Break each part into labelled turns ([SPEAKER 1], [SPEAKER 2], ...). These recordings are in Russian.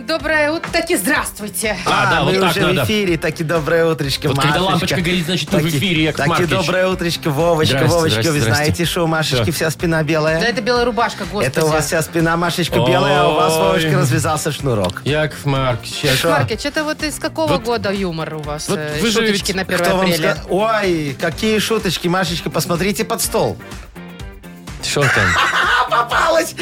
[SPEAKER 1] Доброе утро. Таки здравствуйте.
[SPEAKER 2] А, да,
[SPEAKER 3] мы
[SPEAKER 2] вот так
[SPEAKER 3] уже в
[SPEAKER 2] надо.
[SPEAKER 3] эфире, так и доброе утречко,
[SPEAKER 2] Вот когда
[SPEAKER 3] Машечка.
[SPEAKER 2] лампочка горит, значит, мы в
[SPEAKER 3] Так и-
[SPEAKER 2] эфире, Яков
[SPEAKER 3] Так
[SPEAKER 2] Маркович.
[SPEAKER 3] и доброе утречко, Вовочка,
[SPEAKER 2] Здрасте,
[SPEAKER 3] Вовочка,
[SPEAKER 2] здрасте,
[SPEAKER 3] вы
[SPEAKER 2] здрасте.
[SPEAKER 3] знаете, что у Машечки
[SPEAKER 2] Всё.
[SPEAKER 3] вся спина белая?
[SPEAKER 1] Да это белая рубашка, господи.
[SPEAKER 3] Это у вас вся спина, Машечка, белая, а у вас,
[SPEAKER 2] Ой.
[SPEAKER 3] Вовочка, развязался шнурок.
[SPEAKER 2] Яков Марк, сейчас.
[SPEAKER 3] Шо?
[SPEAKER 1] Маркич, это вот из какого
[SPEAKER 2] Вот-
[SPEAKER 1] года юмор у вас?
[SPEAKER 2] вот
[SPEAKER 1] э,
[SPEAKER 2] вы же
[SPEAKER 1] Шуточки
[SPEAKER 2] ведь-
[SPEAKER 1] на 1
[SPEAKER 3] Кто вам
[SPEAKER 1] апреля.
[SPEAKER 3] ска- Ой, какие шуточки, Машечка, посмотрите под стол.
[SPEAKER 2] Что там?
[SPEAKER 3] Попалась!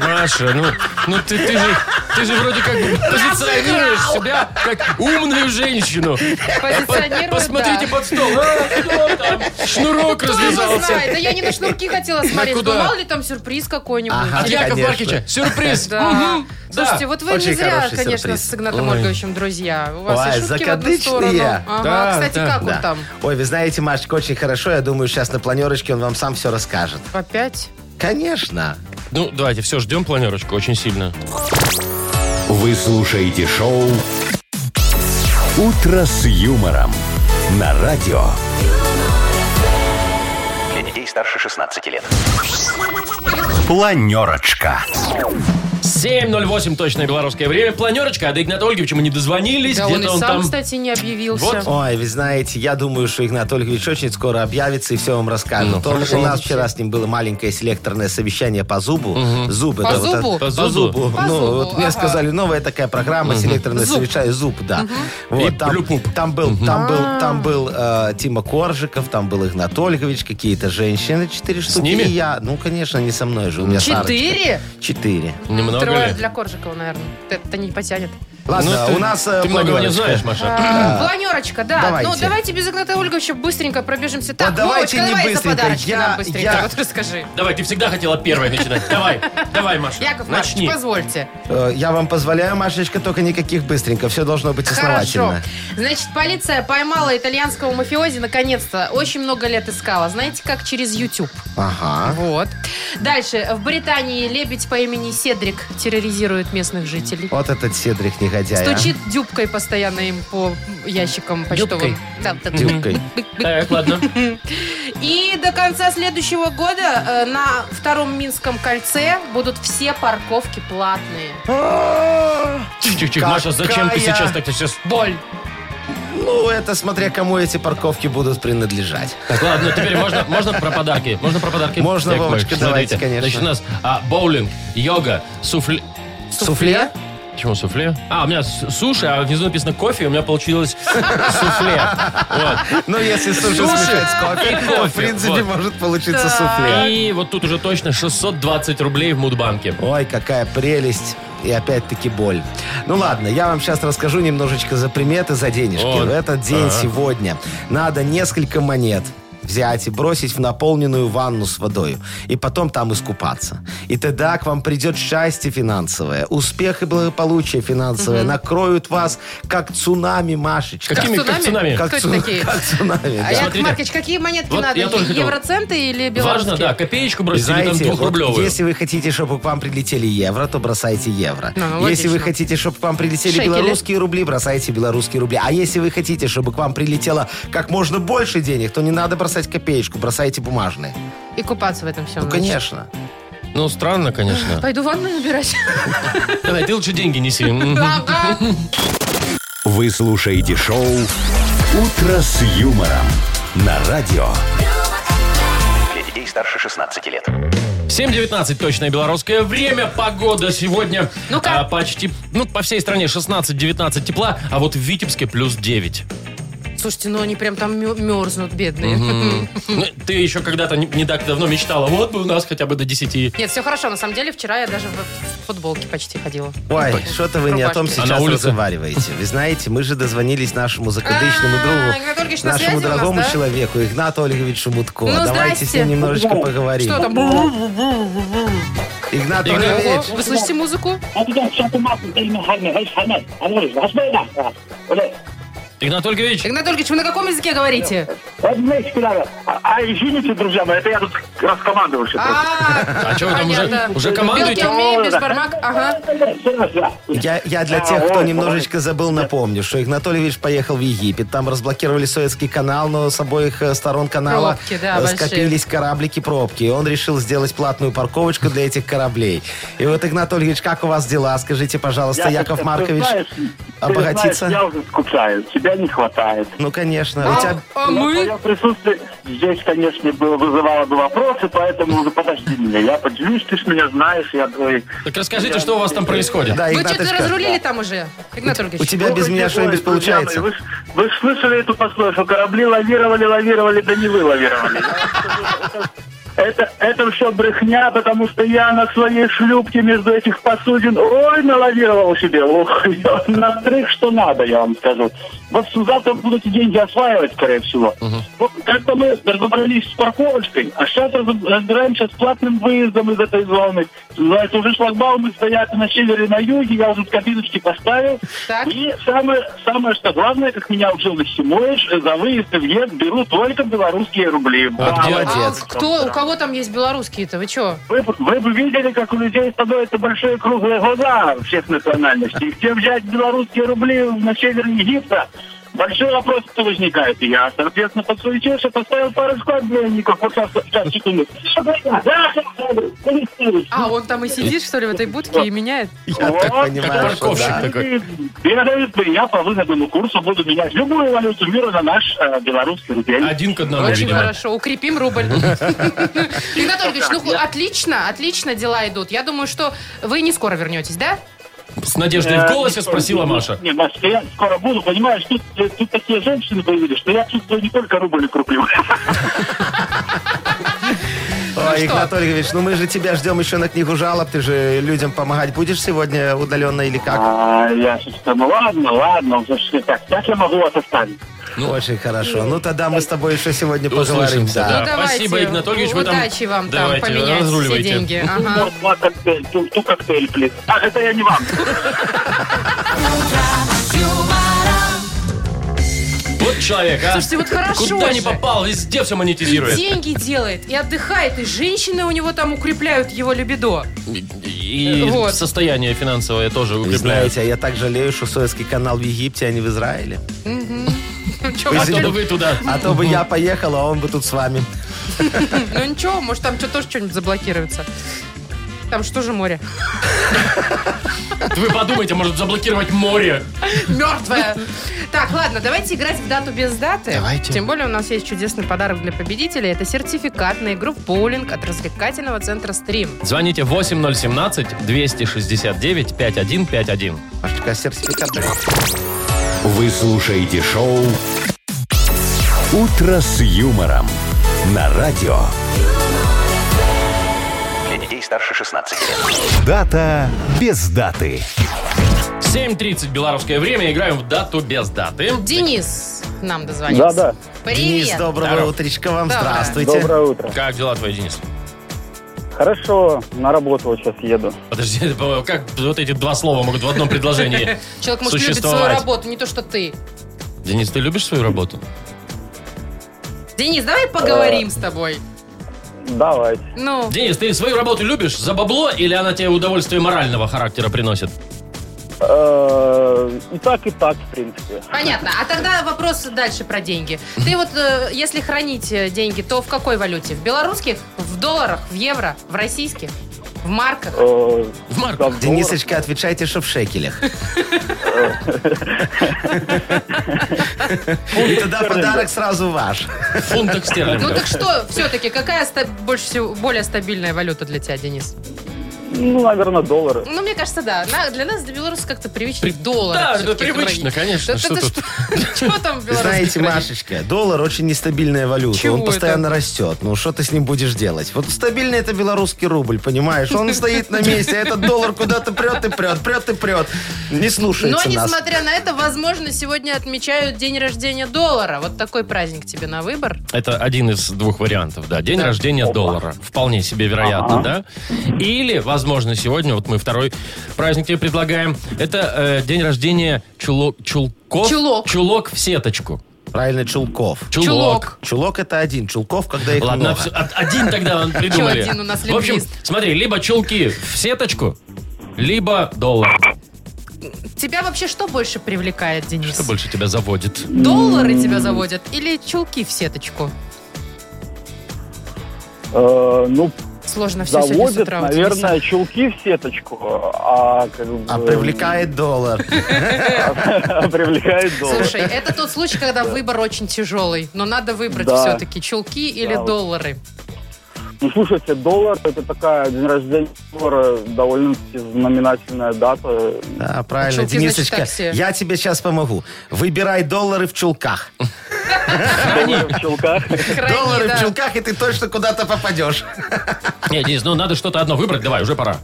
[SPEAKER 2] Маша, ну, ну ты, ты же, ты же вроде как бы позиционируешь себя как умную женщину.
[SPEAKER 1] Позиционирую,
[SPEAKER 2] Посмотрите
[SPEAKER 1] да.
[SPEAKER 2] под стол. А, кто там? Шнурок
[SPEAKER 1] Кто его
[SPEAKER 2] развязался.
[SPEAKER 1] знает? Да я не на шнурки хотела смотреть.
[SPEAKER 2] куда?
[SPEAKER 1] Думал ли там сюрприз какой-нибудь?
[SPEAKER 3] Ага.
[SPEAKER 2] От Якова
[SPEAKER 3] Конечно.
[SPEAKER 2] Маркича. Сюрприз.
[SPEAKER 1] Да.
[SPEAKER 2] Мгм.
[SPEAKER 1] Слушайте,
[SPEAKER 2] Да.
[SPEAKER 1] вот вы не
[SPEAKER 3] Очень
[SPEAKER 1] зря,
[SPEAKER 3] хороший
[SPEAKER 1] конечно,
[SPEAKER 3] сюрприз.
[SPEAKER 1] с Игнатом
[SPEAKER 2] Ой.
[SPEAKER 1] Ольговичем друзья. У вас
[SPEAKER 3] Ой,
[SPEAKER 1] и шутки в одну сторону.
[SPEAKER 3] закадычные.
[SPEAKER 1] Ага,
[SPEAKER 2] Да,
[SPEAKER 1] кстати,
[SPEAKER 2] да.
[SPEAKER 1] как
[SPEAKER 3] Да.
[SPEAKER 1] он там?
[SPEAKER 3] Ой, вы знаете, Машечка, очень хорошо. Я думаю, сейчас на планерочке он вам сам все расскажет.
[SPEAKER 1] Опять?
[SPEAKER 3] Конечно.
[SPEAKER 2] Ну, давайте, все, ждем планерочку очень сильно.
[SPEAKER 4] Вы слушаете шоу «Утро с юмором» на радио. Для детей старше 16 лет. Планерочка.
[SPEAKER 2] 7.08 точное белорусское время. Планерочка, а до Игната Ольговича мы не дозвонились.
[SPEAKER 1] Да он и
[SPEAKER 2] Где-то он,
[SPEAKER 1] сам,
[SPEAKER 2] там...
[SPEAKER 1] кстати, не объявился.
[SPEAKER 2] Вот.
[SPEAKER 3] Ой, вы знаете, я думаю, что Игнат Ольгович очень скоро объявится и все вам расскажет.
[SPEAKER 2] Ну,
[SPEAKER 3] Вот он-
[SPEAKER 2] хорошо.
[SPEAKER 3] у нас вчера с ним было маленькое селекторное совещание по зубу. Зубы,
[SPEAKER 1] По
[SPEAKER 3] да, вот
[SPEAKER 1] зубу?
[SPEAKER 2] По
[SPEAKER 3] это- по
[SPEAKER 2] зубу.
[SPEAKER 3] зубу.
[SPEAKER 1] По
[SPEAKER 3] ну,
[SPEAKER 1] зубу,
[SPEAKER 3] вот мне
[SPEAKER 1] ага.
[SPEAKER 3] сказали, новая такая программа селекторное
[SPEAKER 1] Зуб.
[SPEAKER 3] совещание зуб, да.
[SPEAKER 2] И
[SPEAKER 3] Вот, там,
[SPEAKER 2] блюп-муп.
[SPEAKER 3] там был, там был, там был э, Тима Коржиков, там был Игнат Ольгович, какие-то женщины, четыре штуки.
[SPEAKER 2] ними?
[SPEAKER 3] И я, ну, конечно, не со мной же, у меня Сарочка.
[SPEAKER 1] Четыре?
[SPEAKER 3] Четыре.
[SPEAKER 2] Немного
[SPEAKER 1] Трое
[SPEAKER 2] ли?
[SPEAKER 1] для Коржикова, наверное. Это не потянет.
[SPEAKER 3] Ладно,
[SPEAKER 2] Ну,
[SPEAKER 3] у нас э,
[SPEAKER 2] Ты многого не
[SPEAKER 3] планерочка.
[SPEAKER 2] знаешь, Маша.
[SPEAKER 1] А, Планерочка, да.
[SPEAKER 3] Давайте.
[SPEAKER 1] Ну, давайте без Игната Ольговича быстренько пробежимся. Так,
[SPEAKER 3] Вот
[SPEAKER 1] Вовочка,
[SPEAKER 3] давайте не
[SPEAKER 1] давай за
[SPEAKER 3] быстренько.
[SPEAKER 1] подарочки
[SPEAKER 3] Я-
[SPEAKER 1] нам быстренько.
[SPEAKER 3] я-
[SPEAKER 1] Вот расскажи.
[SPEAKER 2] Давай, ты всегда хотела первой начинать. Давай, давай, Маша.
[SPEAKER 1] Яков
[SPEAKER 2] начни.
[SPEAKER 1] Маркович, позвольте.
[SPEAKER 3] Э, Я вам позволяю, Машечка, только никаких быстренько. Все должно быть основательно.
[SPEAKER 1] Значит, полиция поймала итальянского мафиози наконец-то. Очень много лет искала. Знаете, как через YouTube.
[SPEAKER 3] Ага.
[SPEAKER 1] Вот. Дальше. В Британии лебедь по имени Седрик терроризирует местных жителей.
[SPEAKER 3] Вот этот Седрик негодяй. а.
[SPEAKER 1] Стучит дюбкой постоянно им по ящикам почтовым.
[SPEAKER 2] Дюбкой?
[SPEAKER 1] Да, да, да.
[SPEAKER 3] Дюбкой.
[SPEAKER 2] Так, ладно.
[SPEAKER 1] И до конца следующего года э, на втором Минском кольце будут все парковки платные.
[SPEAKER 3] А,
[SPEAKER 2] Чих-чих-чих, Маша, зачем ты
[SPEAKER 3] Какая?
[SPEAKER 2] сейчас так сейчас? Боль.
[SPEAKER 3] Ну, это смотря кому эти парковки будут принадлежать.
[SPEAKER 2] Так, ладно, теперь можно, можно про подарки? Можно про подарки?
[SPEAKER 3] Можно,
[SPEAKER 2] Яков Маркович,
[SPEAKER 3] Вовочка, давайте,
[SPEAKER 2] смотрите.
[SPEAKER 3] конечно.
[SPEAKER 2] Значит, у нас а, боулинг, йога, суфле...
[SPEAKER 3] Суфле?
[SPEAKER 2] Чему суфле? А, у меня с- суши, а внизу написано кофе, и у меня получилось суфле. Вот.
[SPEAKER 3] Ну, если суши
[SPEAKER 2] Суши
[SPEAKER 3] смешать с
[SPEAKER 2] и
[SPEAKER 3] кофе, то,
[SPEAKER 2] кофе,
[SPEAKER 3] в принципе,
[SPEAKER 2] вот.
[SPEAKER 3] может получиться
[SPEAKER 1] Так.
[SPEAKER 3] суфле.
[SPEAKER 2] И вот тут уже точно 620 рублей в Мудбанке.
[SPEAKER 3] Ой, какая прелесть. И опять-таки боль. Ну ладно, я вам сейчас расскажу немножечко за приметы, за денежки.
[SPEAKER 2] Вот.
[SPEAKER 3] В этот день сегодня надо несколько монет взять и бросить в наполненную ванну с водой. И потом там искупаться. И тогда к вам придет счастье финансовое, успех и благополучие финансовое. Накроют вас, как цунами, Машечка.
[SPEAKER 2] Какими, как цунами?
[SPEAKER 3] Э, Как,
[SPEAKER 1] Кто это
[SPEAKER 3] цу-
[SPEAKER 1] такие?
[SPEAKER 3] как цунами,
[SPEAKER 1] А
[SPEAKER 3] да.
[SPEAKER 1] Яков
[SPEAKER 2] Смотрите.
[SPEAKER 1] Маркович, какие монетки
[SPEAKER 2] Вот
[SPEAKER 1] надо?
[SPEAKER 2] я тоже хотел.
[SPEAKER 1] Евроценты или белорусские?
[SPEAKER 2] Важно, да, копеечку бросить или там
[SPEAKER 3] Знаете, вот
[SPEAKER 2] двухрублевую.
[SPEAKER 3] если вы хотите, чтобы к вам прилетели евро, то бросайте евро.
[SPEAKER 1] Ну, логично.
[SPEAKER 3] если вы хотите, чтобы к вам прилетели
[SPEAKER 1] Шекели.
[SPEAKER 3] белорусские рубли, бросайте белорусские рубли. А если вы хотите, чтобы к вам прилетело как можно больше денег, то не надо бросать копеечку, бросайте бумажные.
[SPEAKER 1] И купаться в этом всем.
[SPEAKER 3] Ну, конечно.
[SPEAKER 2] Ну, странно, конечно.
[SPEAKER 1] Пойду ванную набирать.
[SPEAKER 2] Давай, ты лучше деньги неси. Мгм.
[SPEAKER 1] Ага.
[SPEAKER 4] Вы слушаете шоу «Утро с юмором» на радио. Для детей старше 16 лет.
[SPEAKER 2] 7.19 точное белорусское время. Погода сегодня
[SPEAKER 1] Ну как?
[SPEAKER 2] а, почти, ну, по всей стране 16-19 тепла, а вот в Витебске плюс 9.
[SPEAKER 1] Слушайте, ну они прям там мё- мерзнут, бедные.
[SPEAKER 2] Ну, Ты еще когда-то не, не так давно мечтала, вот бы у нас хотя бы до 10.
[SPEAKER 1] Нет, все хорошо. На самом деле, вчера я даже в футболке почти ходила. Ну,
[SPEAKER 3] Ой, что-то вы не о том
[SPEAKER 1] Рубашки.
[SPEAKER 2] А на
[SPEAKER 3] сейчас
[SPEAKER 2] улице?
[SPEAKER 3] разговариваете. Вы знаете, мы же дозвонились нашему закадычному
[SPEAKER 1] А, Игнат
[SPEAKER 3] другу,
[SPEAKER 1] Ольгович на связи
[SPEAKER 3] нашему
[SPEAKER 1] у нас,
[SPEAKER 3] дорогому
[SPEAKER 1] да?
[SPEAKER 3] человеку Игнату Ольговичу Мутко.
[SPEAKER 1] Ну,
[SPEAKER 3] Давайте с ним
[SPEAKER 1] здрасте.
[SPEAKER 3] немножечко поговорим.
[SPEAKER 1] Что там?
[SPEAKER 3] Игнат
[SPEAKER 2] Игнат,
[SPEAKER 3] Ольгович,
[SPEAKER 1] Вы слышите музыку?
[SPEAKER 2] Игнат Ольгович,
[SPEAKER 1] Игнат Ольгович, вы на каком языке говорите?
[SPEAKER 5] извините, друзья мои, это я тут раскомандовался.
[SPEAKER 1] А,
[SPEAKER 2] А что вы там уже,
[SPEAKER 1] понятно.
[SPEAKER 2] уже
[SPEAKER 1] Белки,
[SPEAKER 2] командуете?
[SPEAKER 1] умеем, бешбармак. Ага.
[SPEAKER 3] Я, я для тех, кто немножечко забыл, напомню, что Игнатольевич поехал в Египет. Там разблокировали Советский канал, но с обоих э, сторон канала
[SPEAKER 1] Пробки, да,
[SPEAKER 3] э,
[SPEAKER 1] большие.
[SPEAKER 3] скопились кораблики пробки. И он решил сделать платную парковочку для этих кораблей. И вот, Игнатольевич, как у вас дела? Скажите, пожалуйста, Яков Маркович обогатится?
[SPEAKER 5] я уже скучаю, тебя не хватает.
[SPEAKER 3] Ну, конечно. У тебя-
[SPEAKER 1] А, а мы?
[SPEAKER 5] Твое присутствие здесь, конечно, было, вызывало бы вопросы, поэтому уже подожди меня. Я поделюсь, ты ж меня знаешь, я твой...
[SPEAKER 2] Так расскажите, что у вас там происходит.
[SPEAKER 3] Да,
[SPEAKER 1] Вы что-то
[SPEAKER 3] Игнаточка,
[SPEAKER 1] разрулили там уже, Игнат
[SPEAKER 3] у
[SPEAKER 1] Ольгович?
[SPEAKER 3] тебя без меня что-нибудь получается?
[SPEAKER 5] Вы, ж- вы ж слышали эту пословицу, что корабли лавировали, лавировали, да не вы лавировали. Я вам скажу, Это, это все брехня, потому что я на своей шлюпке между этих посудин ой, налавировал себе. Ух, я настрых, что надо, я вам скажу. Вот завтра буду эти деньги осваивать, скорее всего. Вот Как-то мы разобрались с парковочкой, а сейчас раз- разбираемся с платным выездом из этой зоны. Знаете, уже шлагбаумы стоят и на севере, и на юге, я уже кабиночки поставил.
[SPEAKER 1] Так.
[SPEAKER 5] И самое, самое что главное, как меня учил Нахимович, за выезд и въезд беру только белорусские рубли. Браво.
[SPEAKER 2] где?
[SPEAKER 1] А
[SPEAKER 3] Молодец.
[SPEAKER 1] кто, у кого там есть белорусские-то? Вы что?
[SPEAKER 5] Вы, бы- вы бы видели, как у людей становятся большие круглые глаза всех национальностей. И Где взять белорусские рубли на севере Египта? Большой вопрос кто возникает. И Я, соответственно, подсуетился, поставил парочку обменников. Вот сейчас, сейчас, секунду. Да, сейчас, сейчас,
[SPEAKER 1] А, он там и сидит, что ли, в этой будке и меняет?
[SPEAKER 3] Я
[SPEAKER 5] Вот,
[SPEAKER 3] так
[SPEAKER 5] как
[SPEAKER 3] понимаю, что
[SPEAKER 2] парковщик
[SPEAKER 3] да.
[SPEAKER 2] такой.
[SPEAKER 5] Передают меня по выгодному курсу, буду менять любую валюту мира на наш э, белорусский рубль.
[SPEAKER 2] Один к одному,
[SPEAKER 1] Ну, Очень
[SPEAKER 2] видимо.
[SPEAKER 1] хорошо, укрепим рубль. Игнат Ольгович, ну ху- отлично, отлично дела идут. Я думаю, что вы не скоро вернетесь, да?
[SPEAKER 2] С надеждой в голосе спросила Маша.
[SPEAKER 5] Э, Не, Маша, я скоро буду, понимаешь, тут, тут такие женщины появились, что я чувствую не только рубль и круплю.
[SPEAKER 3] Ой,
[SPEAKER 1] что?
[SPEAKER 3] Игнат Ольгович, ну мы же тебя ждем еще на книгу жалоб. Ты же людям помогать будешь сегодня удаленно или как?
[SPEAKER 5] А, я сейчас ну ладно, ладно, уже ж не так, так я могу вас оставить.
[SPEAKER 3] Очень хорошо. Ну тогда мы с тобой еще сегодня поговорим.
[SPEAKER 2] Услышимся,
[SPEAKER 3] Да.
[SPEAKER 2] да. Спасибо, Игнат Ольгович, вы там-
[SPEAKER 1] Ну, Удачи вам там
[SPEAKER 2] Давайте,
[SPEAKER 1] поменять все
[SPEAKER 2] разруливайте.
[SPEAKER 1] деньги. Ага.
[SPEAKER 5] Вот, вот коктейль, ту, ту коктейль, плиз. А, это я не вам.
[SPEAKER 2] Вот человек, а.
[SPEAKER 1] Слушайте, вот хорошо
[SPEAKER 2] Куда не
[SPEAKER 1] же.
[SPEAKER 2] попал, везде все монетизирует.
[SPEAKER 1] Деньги делает и отдыхает, и женщины у него там укрепляют его либидо.
[SPEAKER 2] И
[SPEAKER 1] Вот.
[SPEAKER 2] состояние финансовое тоже
[SPEAKER 3] Вы
[SPEAKER 2] укрепляет.
[SPEAKER 3] знаете, а я так жалею, что Советский канал в Египте, а не в Израиле.
[SPEAKER 1] Чё,
[SPEAKER 2] А
[SPEAKER 3] Вы-
[SPEAKER 2] то вы туда.
[SPEAKER 3] А то бы я поехал, а он бы тут с вами.
[SPEAKER 1] Ну ничего, может там что тоже что-нибудь заблокируется. Там что же море?
[SPEAKER 2] Вы подумайте, может заблокировать море.
[SPEAKER 1] Мертвая. Так, ладно, давайте играть в дату без даты.
[SPEAKER 3] Давайте.
[SPEAKER 1] Тем более у нас есть чудесный подарок для победителя. Это сертификат на игру в боулинг от развлекательного центра «Стрим».
[SPEAKER 2] Звоните 8017-269-5151.
[SPEAKER 3] Может, такая сертификат, блин.
[SPEAKER 4] Вы слушаете шоу «Утро с юмором» на радио.
[SPEAKER 6] Для детей старше 16 лет.
[SPEAKER 4] Дата без даты.
[SPEAKER 2] 7.30 белорусское время. Играем в дату без даты.
[SPEAKER 1] Денис нам дозвонился.
[SPEAKER 7] Да-да.
[SPEAKER 1] Привет.
[SPEAKER 3] Денис, доброго
[SPEAKER 2] Здорово.
[SPEAKER 3] утречка вам.
[SPEAKER 1] Доброе.
[SPEAKER 3] Здравствуйте.
[SPEAKER 7] Доброе утро.
[SPEAKER 2] Как дела твои, Денис?
[SPEAKER 7] Хорошо, на работу вот сейчас еду.
[SPEAKER 2] Подожди, это как вот эти два слова могут в одном предложении
[SPEAKER 1] Человек, может, любит свою
[SPEAKER 2] существовать?
[SPEAKER 1] работу, не то, что ты.
[SPEAKER 2] Денис, ты любишь свою работу?
[SPEAKER 1] Денис, давай поговорим с тобой.
[SPEAKER 7] Давайте.
[SPEAKER 1] Ну,
[SPEAKER 2] Денис, ты свою работу любишь за бабло или она тебе удовольствие морального характера приносит?
[SPEAKER 7] Э, И так, и так, в принципе.
[SPEAKER 1] понятно. А тогда вопрос дальше про деньги. Ты вот, э, если хранить э, деньги, то в какой валюте? В белорусских, в долларах, в евро, в российских, в марках?
[SPEAKER 7] Э,
[SPEAKER 2] В марку.
[SPEAKER 7] за
[SPEAKER 3] Денисочка, отвечайте, что в шекелях. И тогда подарок сразу ваш.
[SPEAKER 2] В фунтах
[SPEAKER 1] Ну
[SPEAKER 2] стерлингов.
[SPEAKER 1] так что, все-таки, какая ста- больше всего, более стабильная валюта для тебя, Денис?
[SPEAKER 7] доллар, Ну, наверное, доллары.
[SPEAKER 1] Ну, мне кажется, да. На- для нас, для белорусов, как-то привычно
[SPEAKER 2] При-
[SPEAKER 1] в долларах
[SPEAKER 2] Да, это
[SPEAKER 1] всё-таки
[SPEAKER 2] привычно,
[SPEAKER 1] хранить.
[SPEAKER 2] конечно.
[SPEAKER 1] Да
[SPEAKER 2] Что
[SPEAKER 1] ты
[SPEAKER 2] тут?
[SPEAKER 1] Что там в
[SPEAKER 3] Вы
[SPEAKER 1] белорусских
[SPEAKER 3] знаете,
[SPEAKER 1] хранить?
[SPEAKER 3] Машечка, доллар очень нестабильная валюта.
[SPEAKER 1] Чего
[SPEAKER 3] он
[SPEAKER 1] это?
[SPEAKER 3] постоянно растет. Ну, что ты с ним будешь делать? Вот стабильный это белорусский рубль, понимаешь? Он стоит на месте, а этот доллар куда-то прет и прет, прет и прет. Не
[SPEAKER 1] Но,
[SPEAKER 3] слушается нас.
[SPEAKER 1] несмотря на это, возможно, сегодня отмечают день рождения доллара. Вот такой праздник тебе на выбор.
[SPEAKER 2] Это один из двух вариантов, да. День рождения доллара. Вполне себе вероятно, да. Или, возможно, сегодня, вот мы второй праздник тебе предлагаем, это э, день рождения чулок, чулков.
[SPEAKER 1] Чулок.
[SPEAKER 2] Чулок в сеточку.
[SPEAKER 3] Правильно, чулков.
[SPEAKER 2] Чулок.
[SPEAKER 3] Чулок это один, чулков, когда их
[SPEAKER 2] Ладно,
[SPEAKER 3] много.
[SPEAKER 2] всё, от- один тогда вам придумали.
[SPEAKER 1] один у нас
[SPEAKER 2] В общем,
[SPEAKER 1] лингвист?
[SPEAKER 2] смотри, либо чулки в сеточку, либо доллар.
[SPEAKER 1] Тебя вообще что больше привлекает, Денис?
[SPEAKER 2] Что больше тебя заводит?
[SPEAKER 1] Доллары тебя заводят или чулки в сеточку?
[SPEAKER 7] Э, ну,
[SPEAKER 1] Сложно все сегодня с
[SPEAKER 7] заводят,
[SPEAKER 1] утра у Дениса.
[SPEAKER 7] наверное, чулки в сеточку, а как бы...
[SPEAKER 3] А привлекает доллар.
[SPEAKER 7] Привлекает доллар.
[SPEAKER 1] Слушай, это тот случай, когда выбор очень тяжелый, но надо выбрать
[SPEAKER 7] Да.
[SPEAKER 1] все-таки чулки или
[SPEAKER 7] Да, вот.
[SPEAKER 1] доллары.
[SPEAKER 7] Ну, слушайте, доллар – это такая день рождения доллара, довольно-таки знаменательная дата.
[SPEAKER 3] Да, А, правильно,
[SPEAKER 1] Чулки, значит,
[SPEAKER 3] Денисочка.
[SPEAKER 1] такси.
[SPEAKER 3] Я тебе сейчас помогу. Выбирай доллары в чулках.
[SPEAKER 7] Доллары в чулках.
[SPEAKER 1] Крайне,
[SPEAKER 3] Доллары
[SPEAKER 1] да.
[SPEAKER 3] в чулках, и ты точно куда-то попадешь.
[SPEAKER 2] Нет, Денис, ну надо что-то одно выбрать, давай, уже пора.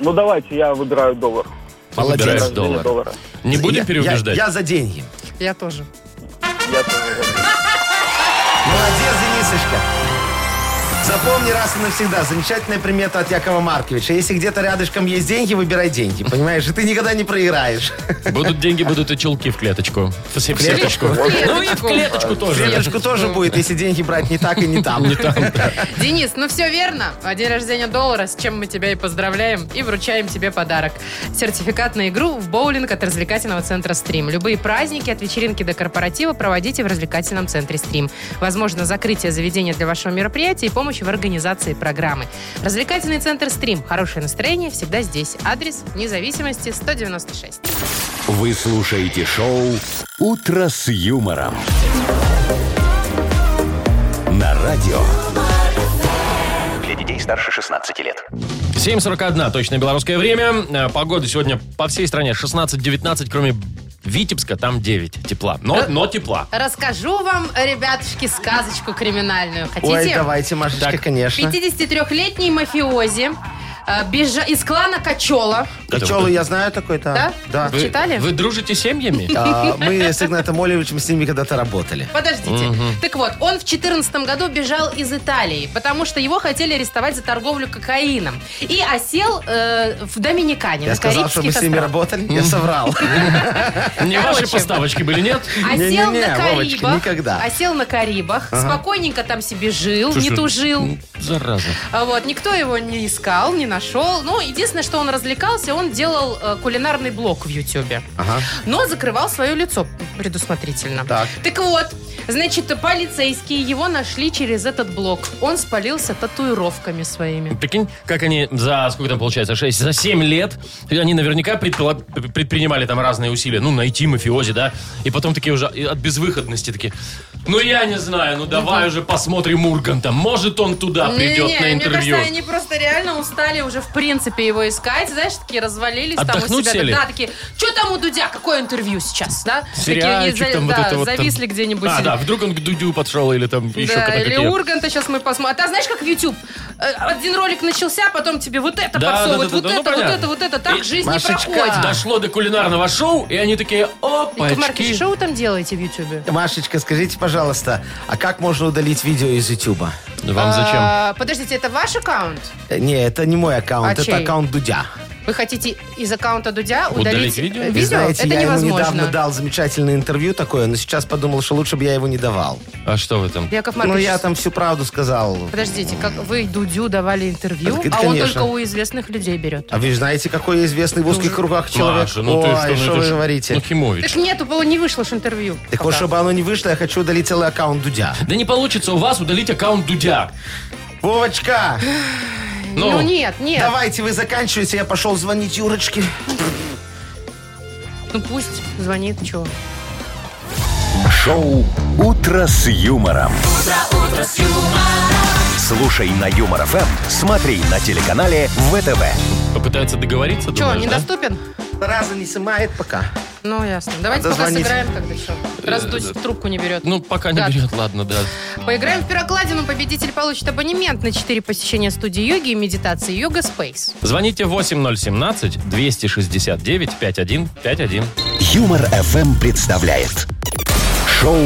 [SPEAKER 7] Ну, давайте я выбираю доллар.
[SPEAKER 3] Молодец.
[SPEAKER 7] День
[SPEAKER 2] Выбираешь
[SPEAKER 7] рождения
[SPEAKER 2] доллар.
[SPEAKER 7] доллара.
[SPEAKER 2] Не будем
[SPEAKER 3] Я-
[SPEAKER 2] переубеждать.
[SPEAKER 3] Я я за деньги.
[SPEAKER 1] Я тоже.
[SPEAKER 7] Я тоже выбираю.
[SPEAKER 3] Молодец, Денисочка. Запомни раз и навсегда. Замечательная примета от Якова Марковича. Если где-то рядышком есть деньги, выбирай деньги. Понимаешь? И ты никогда не проиграешь.
[SPEAKER 2] Будут деньги, будут и чулки в клеточку. В се- в сеточку. Ну и в клеточку тоже.
[SPEAKER 3] Клеточку тоже будет, если деньги брать не так и не там.
[SPEAKER 1] Денис, ну все верно. А День рождения доллара, с чем мы тебя и поздравляем. И вручаем тебе подарок. Сертификат на игру в боулинг от развлекательного центра «Стрим». Любые праздники от вечеринки до корпоратива проводите в развлекательном центре «Стрим». Возможно, закрытие заведения для вашего мероприятия и помощь в организации программы. Развлекательный центр «Стрим». Хорошее настроение всегда здесь. Адрес независимости 196.
[SPEAKER 4] Вы слушаете шоу «Утро с юмором». На радио.
[SPEAKER 6] Для детей старше 16 лет.
[SPEAKER 2] 7.41, точно белорусское время. Э, Погода сегодня по всей стране 16-19, кроме Витебска, там 9 тепла. Но, но тепла.
[SPEAKER 1] Расскажу вам, ребятушки, сказочку криминальную. Хотите?
[SPEAKER 3] Ой, давайте, Машечка,
[SPEAKER 2] Так.
[SPEAKER 3] конечно.
[SPEAKER 1] 53-летний мафиози э, бежа- из клана Качола.
[SPEAKER 3] Качелу я знаю такой-то.
[SPEAKER 1] Да?
[SPEAKER 3] Да.
[SPEAKER 1] Вы- Читали?
[SPEAKER 2] Вы дружите семьями?
[SPEAKER 3] А, Мы с Игнатом Олевичем с ними когда-то работали.
[SPEAKER 1] Подождите. Так вот, он в 14 году бежал из Италии, потому что его хотели арестовать за торговлю кокаином. И осел э, в Доминикане,
[SPEAKER 3] Я
[SPEAKER 1] на
[SPEAKER 3] сказал, что мы
[SPEAKER 1] Карибских
[SPEAKER 3] с ними
[SPEAKER 1] островах.
[SPEAKER 3] работали. Я соврал.
[SPEAKER 2] Не ваши
[SPEAKER 1] Короче.
[SPEAKER 2] поставочки были, нет?
[SPEAKER 1] Осел
[SPEAKER 3] Не-не-не,
[SPEAKER 1] на
[SPEAKER 3] Вовочка,
[SPEAKER 1] Карибах.
[SPEAKER 3] никогда.
[SPEAKER 1] Осел на Карибах. Спокойненько там себе жил,
[SPEAKER 2] Слушай,
[SPEAKER 1] не тужил.
[SPEAKER 2] Зараза.
[SPEAKER 1] А Вот, никто его не искал, не нашел. Ну, единственное, что он развлекался, он делал э, кулинарный блог в Ютьюбе.
[SPEAKER 3] Ага.
[SPEAKER 1] Но закрывал свое лицо предусмотрительно.
[SPEAKER 3] Так.
[SPEAKER 1] вот, значит, полицейские его нашли через этот блок. Он спалился татуировками своими.
[SPEAKER 2] Прикинь, как они за, сколько там получается, 6, за 7 лет, они наверняка предпила- предпринимали там разные усилия, ну, найти мафиози, да, и потом такие уже и от безвыходности такие, ну, я не знаю, ну, давай уже посмотрим Урганта, может, он туда придет
[SPEAKER 1] Не-не-не,
[SPEAKER 2] А на
[SPEAKER 1] Мне
[SPEAKER 2] интервью.
[SPEAKER 1] кажется, они просто реально устали уже в принципе его искать. Знаешь, такие развалились там у
[SPEAKER 2] Отдохнуть
[SPEAKER 1] себя.
[SPEAKER 2] сели?
[SPEAKER 1] Да, такие, что там у Дудя, какое интервью сейчас, да?
[SPEAKER 2] Сериальчик
[SPEAKER 1] такие,
[SPEAKER 2] там, вот
[SPEAKER 1] да,
[SPEAKER 2] это вот там.
[SPEAKER 1] зависли где-нибудь.
[SPEAKER 2] А, да, вдруг он к Дудю подшел или там еще
[SPEAKER 1] да,
[SPEAKER 2] кто-то
[SPEAKER 1] или
[SPEAKER 2] какие.
[SPEAKER 1] Урганта сейчас мы посмотрим. А ты знаешь, как YouTube? Э, Один ролик начался, потом тебе вот это
[SPEAKER 2] Да,
[SPEAKER 1] подсовывают,
[SPEAKER 2] да, да, да,
[SPEAKER 1] вот
[SPEAKER 2] ну,
[SPEAKER 1] это, вот
[SPEAKER 2] понятно.
[SPEAKER 1] это, вот это. Так
[SPEAKER 2] И-
[SPEAKER 1] жизнь
[SPEAKER 3] Машечка,
[SPEAKER 1] не проходит.
[SPEAKER 2] Дошло до кулинарного шоу, и они такие,
[SPEAKER 1] Яков Маркович,
[SPEAKER 2] опачки.
[SPEAKER 1] что вы там делаете в Ютубе?
[SPEAKER 3] Машечка, скажите, пожалуйста, а как можно удалить видео из Ютуба?
[SPEAKER 2] Вам зачем?
[SPEAKER 1] А, Подождите, это ваш аккаунт?
[SPEAKER 3] Э, Не, это не мой
[SPEAKER 1] А
[SPEAKER 3] аккаунт, это
[SPEAKER 1] чей?
[SPEAKER 3] аккаунт Дудя.
[SPEAKER 1] Вы хотите из аккаунта Дудя удалить,
[SPEAKER 2] Удалить видео?
[SPEAKER 1] э,
[SPEAKER 2] Вы
[SPEAKER 3] И знаете,
[SPEAKER 1] Это
[SPEAKER 3] я ему недавно
[SPEAKER 1] невозможно.
[SPEAKER 3] дал замечательное интервью такое, но сейчас подумал, что лучше бы я его не давал.
[SPEAKER 2] А что вы там?
[SPEAKER 1] Яков Маркович,
[SPEAKER 3] Ну, я там всю правду сказал.
[SPEAKER 1] подождите, как вы Дудю давали интервью,
[SPEAKER 3] Так,
[SPEAKER 1] а он
[SPEAKER 3] конечно.
[SPEAKER 1] только у известных людей берет.
[SPEAKER 3] А вы же знаете, какой я известный в узких кругах человек?
[SPEAKER 2] Маша, ну ты
[SPEAKER 3] Ой,
[SPEAKER 2] что, ну
[SPEAKER 3] что
[SPEAKER 2] это
[SPEAKER 3] вы
[SPEAKER 2] ж-
[SPEAKER 3] говорите?
[SPEAKER 2] Ну, Химович.
[SPEAKER 1] Так нету, было не вышло ж интервью.
[SPEAKER 3] так вот,
[SPEAKER 1] пока.
[SPEAKER 3] чтобы оно не вышло, я хочу удалить целый аккаунт Дудя.
[SPEAKER 2] Да не получится у вас удалить аккаунт Дудя.
[SPEAKER 3] Вовочка,
[SPEAKER 2] Ну,
[SPEAKER 1] Ну нет, нет.
[SPEAKER 3] давайте вы заканчиваете, я пошел звонить Юрочке.
[SPEAKER 1] Ну пусть звонит, чего.
[SPEAKER 4] Шоу «Утро с юмором». Слушай на Юмор ФМ, смотри на телеканале ВТВ.
[SPEAKER 2] попытается договориться,
[SPEAKER 1] Че,
[SPEAKER 2] думаешь, да?
[SPEAKER 1] недоступен?
[SPEAKER 3] Раза не сымает пока.
[SPEAKER 1] Ну, ясно. Давайте
[SPEAKER 3] Надо
[SPEAKER 1] пока
[SPEAKER 3] звонить.
[SPEAKER 1] сыграем тогда еще. Раз
[SPEAKER 3] Э,
[SPEAKER 1] Дусь трубку не берет.
[SPEAKER 2] Ну, пока не
[SPEAKER 1] Да.
[SPEAKER 2] берет, ладно, да.
[SPEAKER 1] Поиграем в пирокладину. Победитель получит абонемент на 4 посещения студии йоги и медитации «Йога Спейс».
[SPEAKER 2] Звоните 8017-269-5151.
[SPEAKER 4] Юмор ФМ представляет. Шоу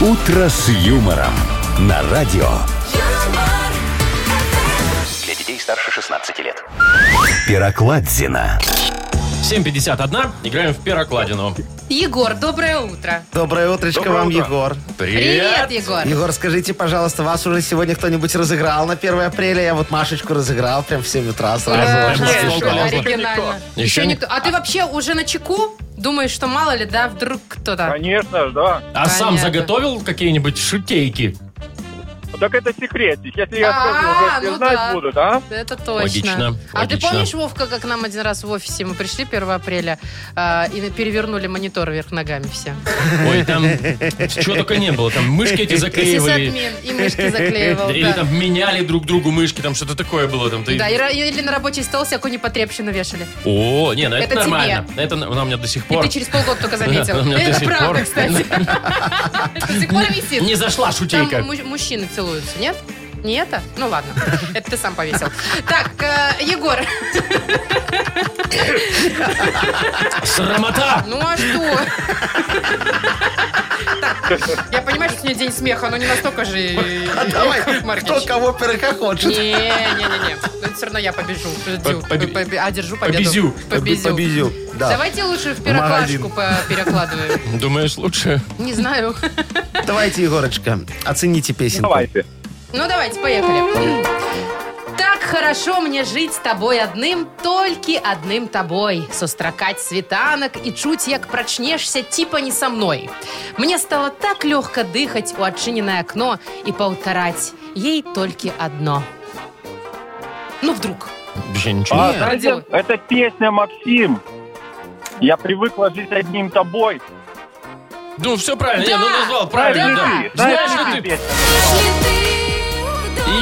[SPEAKER 4] «Утро с юмором» на радио.
[SPEAKER 6] Для детей старше 16 лет.
[SPEAKER 4] Пирокладзина.
[SPEAKER 2] 751. Играем в Пирокладину.
[SPEAKER 1] Егор, доброе утро.
[SPEAKER 3] Доброе утречко
[SPEAKER 7] Доброе
[SPEAKER 3] вам,
[SPEAKER 7] утро.
[SPEAKER 3] Егор.
[SPEAKER 1] Привет, Егор.
[SPEAKER 3] Егор, скажите, пожалуйста, вас уже сегодня кто-нибудь разыграл на 1 апреля? Я вот Машечку разыграл прям в 7 утра сразу.
[SPEAKER 2] Прямо
[SPEAKER 1] Ура, Жень,
[SPEAKER 2] с толку лезла.
[SPEAKER 1] оригинально.
[SPEAKER 2] никто.
[SPEAKER 1] Еще
[SPEAKER 2] Еще
[SPEAKER 1] никто. А ты вообще уже на чеку? Думаешь, что мало ли, да, вдруг кто-то?
[SPEAKER 7] Конечно, да.
[SPEAKER 2] А сам
[SPEAKER 1] Понятно.
[SPEAKER 2] заготовил какие-нибудь шутейки?
[SPEAKER 7] Ну, Так это секретик. Если
[SPEAKER 1] я скажу, уже А, все ну знать да. будут,
[SPEAKER 7] а?
[SPEAKER 1] Это точно.
[SPEAKER 2] Логично,
[SPEAKER 1] А ты
[SPEAKER 2] логично.
[SPEAKER 1] помнишь, Вовка, как нам один раз в офисе мы пришли 1 апреля э, и перевернули монитор вверх ногами все.
[SPEAKER 2] Ой, там чего только не было. Там мышки эти заклеивали.
[SPEAKER 1] Сисадмин и мышки заклеивал.
[SPEAKER 2] Или
[SPEAKER 1] да.
[SPEAKER 2] там меняли друг другу мышки, там что-то такое было. Там, ты-
[SPEAKER 1] Да, и ра- или на рабочий стол всякую непотребщину вешали.
[SPEAKER 2] О, не, ну это,
[SPEAKER 1] Это тебе.
[SPEAKER 2] нормально. Это на- она у меня до сих
[SPEAKER 1] И
[SPEAKER 2] пор
[SPEAKER 1] ты через полгода только заметил.
[SPEAKER 2] Да, у меня до
[SPEAKER 1] Это
[SPEAKER 2] сих
[SPEAKER 1] правда,
[SPEAKER 2] пор.
[SPEAKER 1] кстати. Это до сих пор висит.
[SPEAKER 2] не зашла
[SPEAKER 1] Там
[SPEAKER 2] шутейка.
[SPEAKER 1] му- мужчины целуются, нет? Не это? Ну ладно, это ты сам повесил. Так, э, Егор,
[SPEAKER 2] Срамота!
[SPEAKER 1] ну а что? Так, я понимаю, что сегодня день смеха, но не настолько же... э, и-
[SPEAKER 3] А давай,
[SPEAKER 1] Яков
[SPEAKER 3] кто
[SPEAKER 1] Маркович.
[SPEAKER 3] кого перехохочет.
[SPEAKER 1] Не-не-не, но ну это все равно я побежу. Победю.
[SPEAKER 2] По- поби-
[SPEAKER 1] Побе- А, держу победу.
[SPEAKER 2] Побезю.
[SPEAKER 1] Побезю.
[SPEAKER 3] Победил. Да.
[SPEAKER 1] Давайте лучше в пирокладушку перекладываем.
[SPEAKER 2] Думаешь, лучше?
[SPEAKER 1] Не знаю.
[SPEAKER 3] Давайте, Егорочка, оцените песенку.
[SPEAKER 1] Ну давайте, поехали. Так хорошо мне жить с тобой одним, только одним тобой. Сострокать светанок и чуть, як прочнешься, типа не со мной. Мне стало так легко дыхать у отчиненное окно и полторать. Ей только одно. Ну вдруг.
[SPEAKER 2] Вообще ничего.
[SPEAKER 1] Нет.
[SPEAKER 7] это, А, это песня Максим. Я привыкла жить одним тобой.
[SPEAKER 2] Ну, все правильно. Не,
[SPEAKER 1] Да.
[SPEAKER 2] ну назвал правильно,
[SPEAKER 1] Да.
[SPEAKER 2] да.
[SPEAKER 7] Ты знаешь,
[SPEAKER 2] Знаешь,
[SPEAKER 7] эту
[SPEAKER 2] что ты
[SPEAKER 7] песню?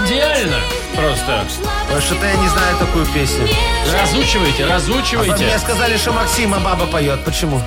[SPEAKER 2] идеально просто.
[SPEAKER 3] Ой, Э, Что-то я не знаю такую песню.
[SPEAKER 2] Разучивайте,
[SPEAKER 3] Мне
[SPEAKER 2] разучивайте.
[SPEAKER 3] сказали, что Максима баба поет. Почему?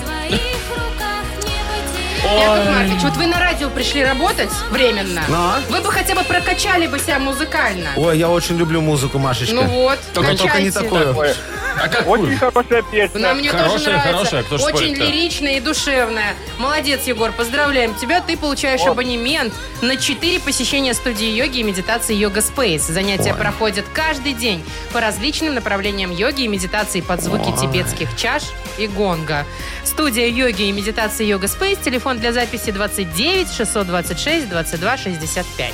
[SPEAKER 1] Яков Маркович, вот вы на радио пришли работать временно.
[SPEAKER 3] Но.
[SPEAKER 1] Вы бы хотя бы прокачали бы себя музыкально.
[SPEAKER 3] А? Ой, я очень люблю музыку, Машечка.
[SPEAKER 1] Ну вот,
[SPEAKER 3] Но только не
[SPEAKER 1] качайте.
[SPEAKER 3] такую.
[SPEAKER 7] Ой,
[SPEAKER 2] А
[SPEAKER 7] Очень
[SPEAKER 2] какую?
[SPEAKER 7] хорошая песня.
[SPEAKER 1] Она мне тоже
[SPEAKER 2] Хорошая,
[SPEAKER 1] нравится.
[SPEAKER 2] хорошая, кто ж
[SPEAKER 1] Очень
[SPEAKER 2] спорит-то?
[SPEAKER 1] лиричная и душевная. Молодец, Егор, поздравляем тебя. Ты получаешь абонемент на 4 посещения студии йоги и медитации Йога Спейс. Занятия проходят каждый день по различным направлениям йоги и медитации под звуки тибетских чаш и гонга. Студия йоги и медитации Йога Спейс. Телефон для записи 29 626 22 65.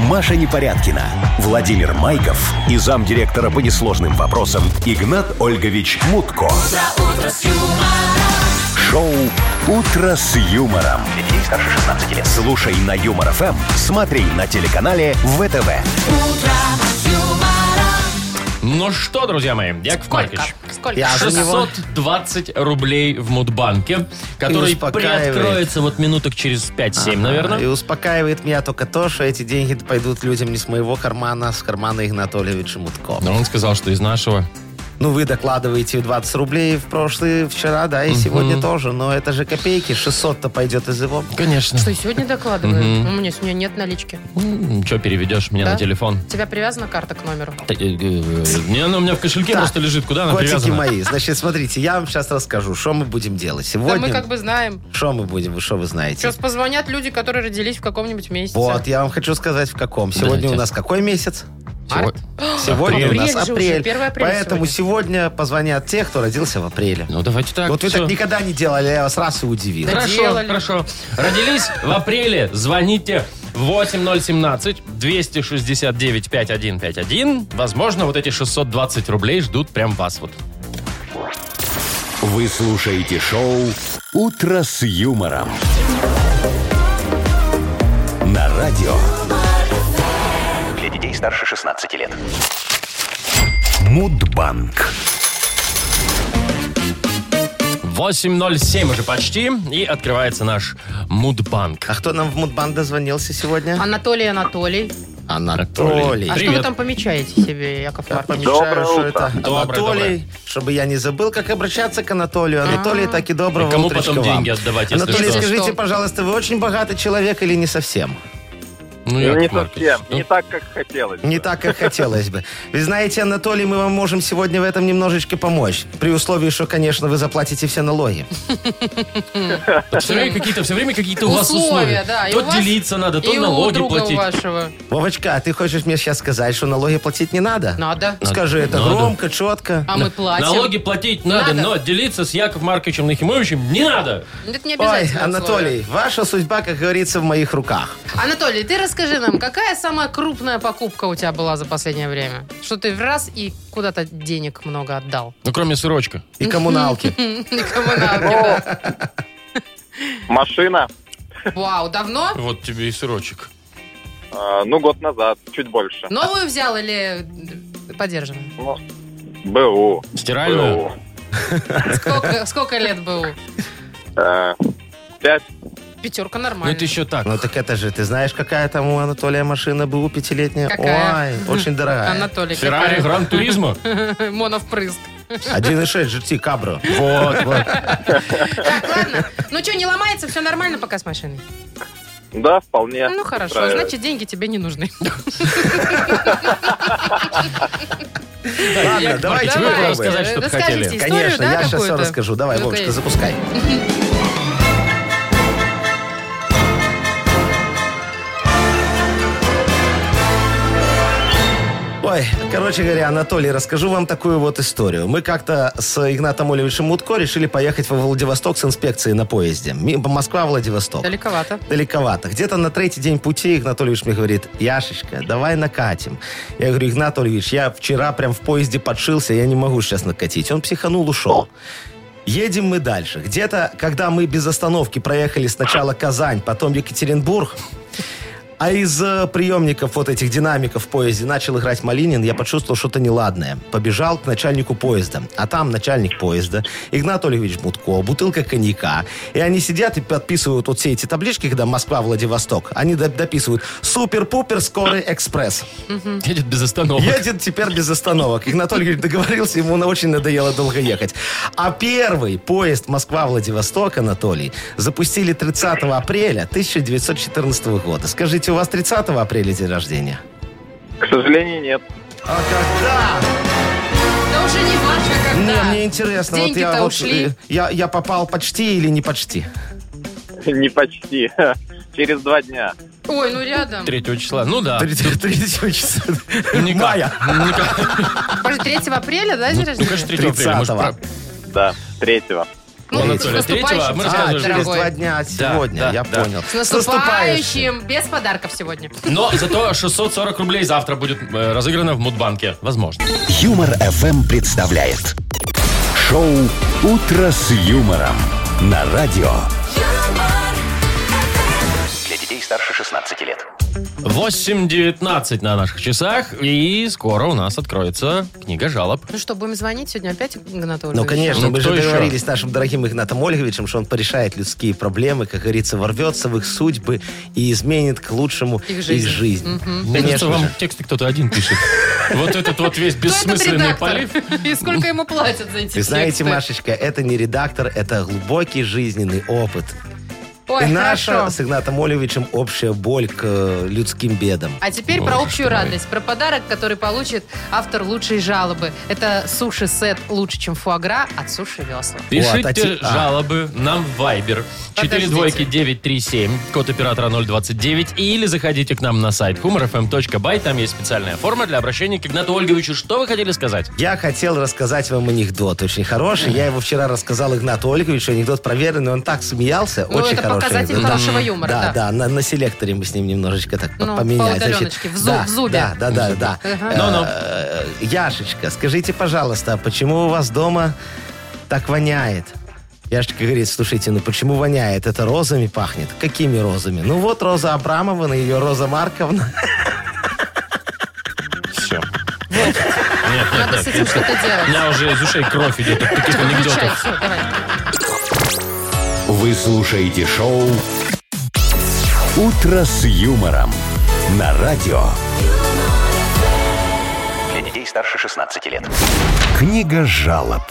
[SPEAKER 4] Маша Непорядкина, Владимир Майков и замдиректора по несложным вопросам Игнат Ольгович Мутко. Шоу Утро с юмором.
[SPEAKER 6] Детей старше 16 лет.
[SPEAKER 4] Слушай на юмор ФМ, смотри на телеканале ВТВ.
[SPEAKER 2] Ну что, друзья мои, Яков
[SPEAKER 1] Сколько?
[SPEAKER 2] Маркович.
[SPEAKER 1] Сколько?
[SPEAKER 3] Я А за него.
[SPEAKER 2] 620 рублей в Мудбанке, который
[SPEAKER 3] успокаивает.
[SPEAKER 2] приоткроется вот минуток через 5-7,
[SPEAKER 3] А, И
[SPEAKER 2] наверное.
[SPEAKER 3] успокаивает меня только то, что эти деньги пойдут людям не с моего кармана, а с кармана Игнатольевича Мутко.
[SPEAKER 2] Но он сказал, что из нашего.
[SPEAKER 3] Ну, вы докладываете 20 рублей в прошлые, вчера, да, и сегодня тоже. Но это же копейки, 600-то пойдет из его.
[SPEAKER 2] Конечно.
[SPEAKER 1] Что, сегодня докладываю? У меня сегодня нет налички.
[SPEAKER 2] Что переведешь мне
[SPEAKER 1] Да?
[SPEAKER 2] на телефон?
[SPEAKER 1] У тебя привязана карта к номеру?
[SPEAKER 2] Т- э, э, Не, она у меня в кошельке
[SPEAKER 3] Так.
[SPEAKER 2] просто лежит. Куда она
[SPEAKER 3] Котики
[SPEAKER 2] привязана?
[SPEAKER 3] мои, значит, смотрите, я вам сейчас расскажу, что мы будем делать.
[SPEAKER 1] Да
[SPEAKER 3] Сегодня,
[SPEAKER 1] мы как бы знаем.
[SPEAKER 3] что мы будем, вы что вы знаете?
[SPEAKER 1] Сейчас позвонят люди, которые родились в каком-нибудь месяце.
[SPEAKER 3] Вот, я вам хочу сказать, в каком. Сегодня
[SPEAKER 2] Подождите.
[SPEAKER 3] у нас какой месяц?
[SPEAKER 2] Всего-
[SPEAKER 3] Сегодня
[SPEAKER 2] Апрель.
[SPEAKER 3] у нас
[SPEAKER 1] Апрель же уже,
[SPEAKER 3] апрель.
[SPEAKER 1] 1 апреля
[SPEAKER 3] Поэтому
[SPEAKER 1] сегодня.
[SPEAKER 3] сегодня позвонят те, кто родился в апреле.
[SPEAKER 2] Ну давайте так.
[SPEAKER 3] вот вы
[SPEAKER 2] всё.
[SPEAKER 3] так никогда не делали, я вас раз и удивил.
[SPEAKER 1] Да.
[SPEAKER 2] Хорошо,
[SPEAKER 1] делали.
[SPEAKER 2] хорошо. Родились в апреле. Звоните 8017-269-5151. Возможно, вот эти 620 рублей ждут прям вас. Вот.
[SPEAKER 4] Вы слушаете шоу Утро с юмором. На радио
[SPEAKER 6] Для детей старше 16 лет.
[SPEAKER 4] Мудбанк.
[SPEAKER 2] 8.07 уже почти. И открывается наш мудбанк.
[SPEAKER 3] А кто нам в Мудбан дозвонился сегодня?
[SPEAKER 1] Анатолий Анатолий.
[SPEAKER 2] Анатолий.
[SPEAKER 3] Анатолий.
[SPEAKER 1] А
[SPEAKER 2] Привет.
[SPEAKER 1] что вы там помечаете себе, Яков
[SPEAKER 3] Я
[SPEAKER 1] Маркович?
[SPEAKER 3] помечаю, что это
[SPEAKER 2] Доброе,
[SPEAKER 3] Анатолий, чтобы я не забыл, как обращаться к Анатолию. Анатолий,
[SPEAKER 1] А.
[SPEAKER 3] так и доброго
[SPEAKER 2] И кому
[SPEAKER 3] утречка
[SPEAKER 2] потом
[SPEAKER 3] вам.
[SPEAKER 2] деньги отдавать, если
[SPEAKER 3] Анатолий,
[SPEAKER 2] что?
[SPEAKER 3] скажите,
[SPEAKER 1] Что?
[SPEAKER 3] пожалуйста, вы очень богатый человек или не совсем?
[SPEAKER 2] Ну,
[SPEAKER 7] не
[SPEAKER 2] Яков Маркович,
[SPEAKER 7] совсем.
[SPEAKER 2] ну,
[SPEAKER 7] Не так, как хотелось.
[SPEAKER 3] Не
[SPEAKER 7] бы.
[SPEAKER 3] так, как хотелось бы. Вы знаете, Анатолий, мы вам можем сегодня в этом немножечко помочь. При условии, что, конечно, вы заплатите все налоги.
[SPEAKER 2] Все время какие-то, все время какие-то у вас условия.
[SPEAKER 1] да. и
[SPEAKER 2] то
[SPEAKER 1] у вас,
[SPEAKER 2] делиться надо, то
[SPEAKER 1] и у
[SPEAKER 2] налоги
[SPEAKER 1] друга
[SPEAKER 2] платить.
[SPEAKER 1] у вашего.
[SPEAKER 3] Вовочка, а ты хочешь мне сейчас сказать, что налоги платить не надо?
[SPEAKER 1] Ну, а Надо.
[SPEAKER 3] Скажи это
[SPEAKER 2] Надо.
[SPEAKER 3] громко, четко.
[SPEAKER 1] А мы платим.
[SPEAKER 2] Налоги платить надо,
[SPEAKER 1] Надо.
[SPEAKER 2] но делиться с Яковом Марковичем Нахимовичем не надо.
[SPEAKER 1] Ну, Это не
[SPEAKER 3] Ой,
[SPEAKER 1] обязательно условие.
[SPEAKER 3] Анатолий, ваша судьба, как говорится, в моих руках.
[SPEAKER 1] Анатолий, ты расскажи нам, какая самая крупная покупка у тебя была за последнее время? Что ты в раз и куда-то денег много отдал?
[SPEAKER 2] Ну, кроме сырочка.
[SPEAKER 3] И коммуналки.
[SPEAKER 1] Никому на руки,
[SPEAKER 7] Машина,
[SPEAKER 1] да. Вау, давно?
[SPEAKER 2] Вот тебе и сырочек.
[SPEAKER 7] э, ну, год назад, чуть больше.
[SPEAKER 1] Новую взял или э, подержанную?
[SPEAKER 7] Ну, БУ.
[SPEAKER 2] Стиральную.
[SPEAKER 7] БУ.
[SPEAKER 1] Сколько, сколько лет был?
[SPEAKER 7] Э, Пять.
[SPEAKER 1] Пятерка
[SPEAKER 2] Ну,
[SPEAKER 1] нормально.
[SPEAKER 2] это еще так.
[SPEAKER 3] Ну так это же, ты знаешь, какая там у Анатолия машина БУ пятилетняя?
[SPEAKER 1] Какая?
[SPEAKER 3] Ой, очень дорогая.
[SPEAKER 1] Анатолий,
[SPEAKER 2] Феррари
[SPEAKER 1] какая?
[SPEAKER 2] Гран Туризмо.
[SPEAKER 1] Моновпрыск.
[SPEAKER 3] 1,6 GT Кабро. Вот, вот.
[SPEAKER 1] Так, ладно. Ну что, не ломается? Все нормально пока с машиной?
[SPEAKER 7] Да, вполне.
[SPEAKER 1] Ну хорошо,
[SPEAKER 7] устраивает.
[SPEAKER 1] значит деньги тебе не нужны.
[SPEAKER 3] Ладно,
[SPEAKER 2] Яков Маркович,
[SPEAKER 3] давайте
[SPEAKER 2] вы
[SPEAKER 3] попробуем.
[SPEAKER 2] рассказать, что
[SPEAKER 1] Расскажите.
[SPEAKER 2] хотели.
[SPEAKER 1] Историю,
[SPEAKER 3] Конечно,
[SPEAKER 1] да,
[SPEAKER 3] я сейчас все
[SPEAKER 1] какую-то?
[SPEAKER 3] расскажу. Давай,
[SPEAKER 1] Ну,
[SPEAKER 3] Вовочка,
[SPEAKER 1] конечно.
[SPEAKER 3] запускай. Ой, короче говоря, Анатолий, расскажу вам такую вот историю. Мы как-то с Игнатом Олевичем Мутко решили поехать во Владивосток с инспекцией на поезде. Ми- Москва-Владивосток.
[SPEAKER 1] Далековато.
[SPEAKER 3] Далековато. Где-то на третий день пути Игнатольевич мне говорит, Яшечка, давай накатим. Я говорю, Игнатольевич, я вчера прям в поезде подшился, я не могу сейчас накатить. Он психанул, ушел. Едем мы дальше. Где-то, когда мы без остановки проехали сначала Казань, потом Екатеринбург, а из э, приемников вот этих динамиков в поезде начал играть Малинин, я почувствовал что-то неладное. Побежал к начальнику поезда. А там начальник поезда, Игнат Олегович Мутко, бутылка коньяка. И они сидят и подписывают вот все эти таблички, когда Москва-Владивосток. Они доп- дописывают «Супер-пупер скорый экспресс».
[SPEAKER 2] Едет без остановок.
[SPEAKER 3] Едет теперь без остановок. Игнатолий Юрьевич договорился, ему на- очень надоело долго ехать. А первый поезд Москва-Владивосток, Анатолий, запустили 30 апреля 1914 года. Скажите, у вас 30 апреля день рождения?
[SPEAKER 7] К сожалению, нет.
[SPEAKER 3] А когда?
[SPEAKER 1] Да уже не важно,
[SPEAKER 3] Не,
[SPEAKER 1] когда.
[SPEAKER 3] мне интересно. вот
[SPEAKER 1] Деньги-то
[SPEAKER 3] я, вот,
[SPEAKER 1] ушли.
[SPEAKER 3] э, я, я попал почти или не почти?
[SPEAKER 7] Не почти. Через два дня.
[SPEAKER 1] Ой, ну рядом.
[SPEAKER 2] 3 числа. Ну да.
[SPEAKER 3] Третьего числа.
[SPEAKER 2] Ну, Никак.
[SPEAKER 3] Мая.
[SPEAKER 2] Никак.
[SPEAKER 1] Боже, 3 А, апреля, да, день
[SPEAKER 2] Ну,
[SPEAKER 1] рождения?
[SPEAKER 2] конечно, 3 апреля. мы же
[SPEAKER 3] 30-го.
[SPEAKER 2] про-
[SPEAKER 7] Да, третьего.
[SPEAKER 1] Ну,
[SPEAKER 2] Анатолий,
[SPEAKER 1] с наступающим,
[SPEAKER 2] 3-го, а мы
[SPEAKER 3] А,
[SPEAKER 2] рассказываем.
[SPEAKER 3] через
[SPEAKER 1] дорогой.
[SPEAKER 3] два дня сегодня,
[SPEAKER 2] да,
[SPEAKER 3] я
[SPEAKER 2] да.
[SPEAKER 3] понял.
[SPEAKER 1] С наступающим! Без подарков сегодня.
[SPEAKER 2] Но зато 640 рублей завтра будет э, разыграно в Мудбанке. Возможно.
[SPEAKER 4] Юмор FM представляет шоу Утро с юмором на радио.
[SPEAKER 6] Для детей старше 16 лет.
[SPEAKER 2] 8.19 на наших часах. И скоро у нас откроется книга жалоб.
[SPEAKER 1] Ну что, будем звонить сегодня опять Игнату
[SPEAKER 3] Ну, конечно,
[SPEAKER 2] Ну,
[SPEAKER 3] мы же
[SPEAKER 2] кто еще?
[SPEAKER 3] договорились с нашим дорогим Игнатом Ольговичем, что он порешает людские проблемы, как говорится, ворвется в их судьбы и изменит к лучшему
[SPEAKER 1] Их
[SPEAKER 3] их
[SPEAKER 1] жизнь.
[SPEAKER 3] жизнь.
[SPEAKER 2] Мне кажется,
[SPEAKER 3] Конечно
[SPEAKER 2] вам
[SPEAKER 3] же.
[SPEAKER 2] тексты кто-то один пишет. Вот этот вот весь
[SPEAKER 1] Кто этот
[SPEAKER 2] бессмысленный
[SPEAKER 1] редактор?
[SPEAKER 2] полив.
[SPEAKER 1] И сколько ему платят за эти
[SPEAKER 3] Вы знаете,
[SPEAKER 1] тексты?
[SPEAKER 3] Машечка, это не редактор, это глубокий жизненный опыт.
[SPEAKER 1] Ой,
[SPEAKER 3] и наша
[SPEAKER 1] хорошо.
[SPEAKER 3] с Игнатом Ольговичем общая боль к э, людским бедам.
[SPEAKER 1] А теперь про
[SPEAKER 2] Боже
[SPEAKER 1] общую
[SPEAKER 2] ты мой.
[SPEAKER 1] радость, про подарок, который получит автор лучшей жалобы. Это суши-сет «Лучше, чем фуагра» от Суши Весла.
[SPEAKER 2] Пишите
[SPEAKER 3] Вот, а те- а.
[SPEAKER 2] жалобы нам в Viber. 4 двойки
[SPEAKER 1] Подождите.
[SPEAKER 2] 937, код оператора 029. Или заходите к нам на сайт humorfm.by. Там есть специальная форма для обращения к Игнату Ольговичу. Что вы хотели сказать?
[SPEAKER 3] Я хотел рассказать вам анекдот, очень хороший. Я его вчера рассказал Игнату Ольговичу, анекдот проверенный, он так смеялся,
[SPEAKER 1] Ну,
[SPEAKER 3] очень
[SPEAKER 1] это
[SPEAKER 3] хороший
[SPEAKER 1] показатель
[SPEAKER 3] анекдот.
[SPEAKER 1] хорошего юмора,
[SPEAKER 3] Да,
[SPEAKER 1] да.
[SPEAKER 3] да, на, на селекторе мы с ним немножечко так
[SPEAKER 1] Ну,
[SPEAKER 3] поменяли.
[SPEAKER 1] по удаленочке, в зуб-
[SPEAKER 3] да,
[SPEAKER 1] в зубе.
[SPEAKER 3] Да, да, да, да.
[SPEAKER 1] Ага.
[SPEAKER 3] Э,
[SPEAKER 2] Ну-ну.
[SPEAKER 3] э, Яшечка, скажите, пожалуйста, а почему у вас дома так воняет? Яшечка говорит, слушайте, ну почему воняет? Это розами пахнет. Какими розами? Ну вот Роза Абрамова, на ее Роза Марковна.
[SPEAKER 2] Все. Нет, нет,
[SPEAKER 1] Надо
[SPEAKER 2] нет.
[SPEAKER 1] с этим что-то
[SPEAKER 2] У
[SPEAKER 1] делать.
[SPEAKER 2] меня уже из ушей кровь идет от таких
[SPEAKER 1] Выключай,
[SPEAKER 2] анекдотов.
[SPEAKER 1] все, давай.
[SPEAKER 4] Вы слушаете шоу Утро с юмором на радио.
[SPEAKER 6] Для детей старше 16 лет.
[SPEAKER 4] Книга жалоб.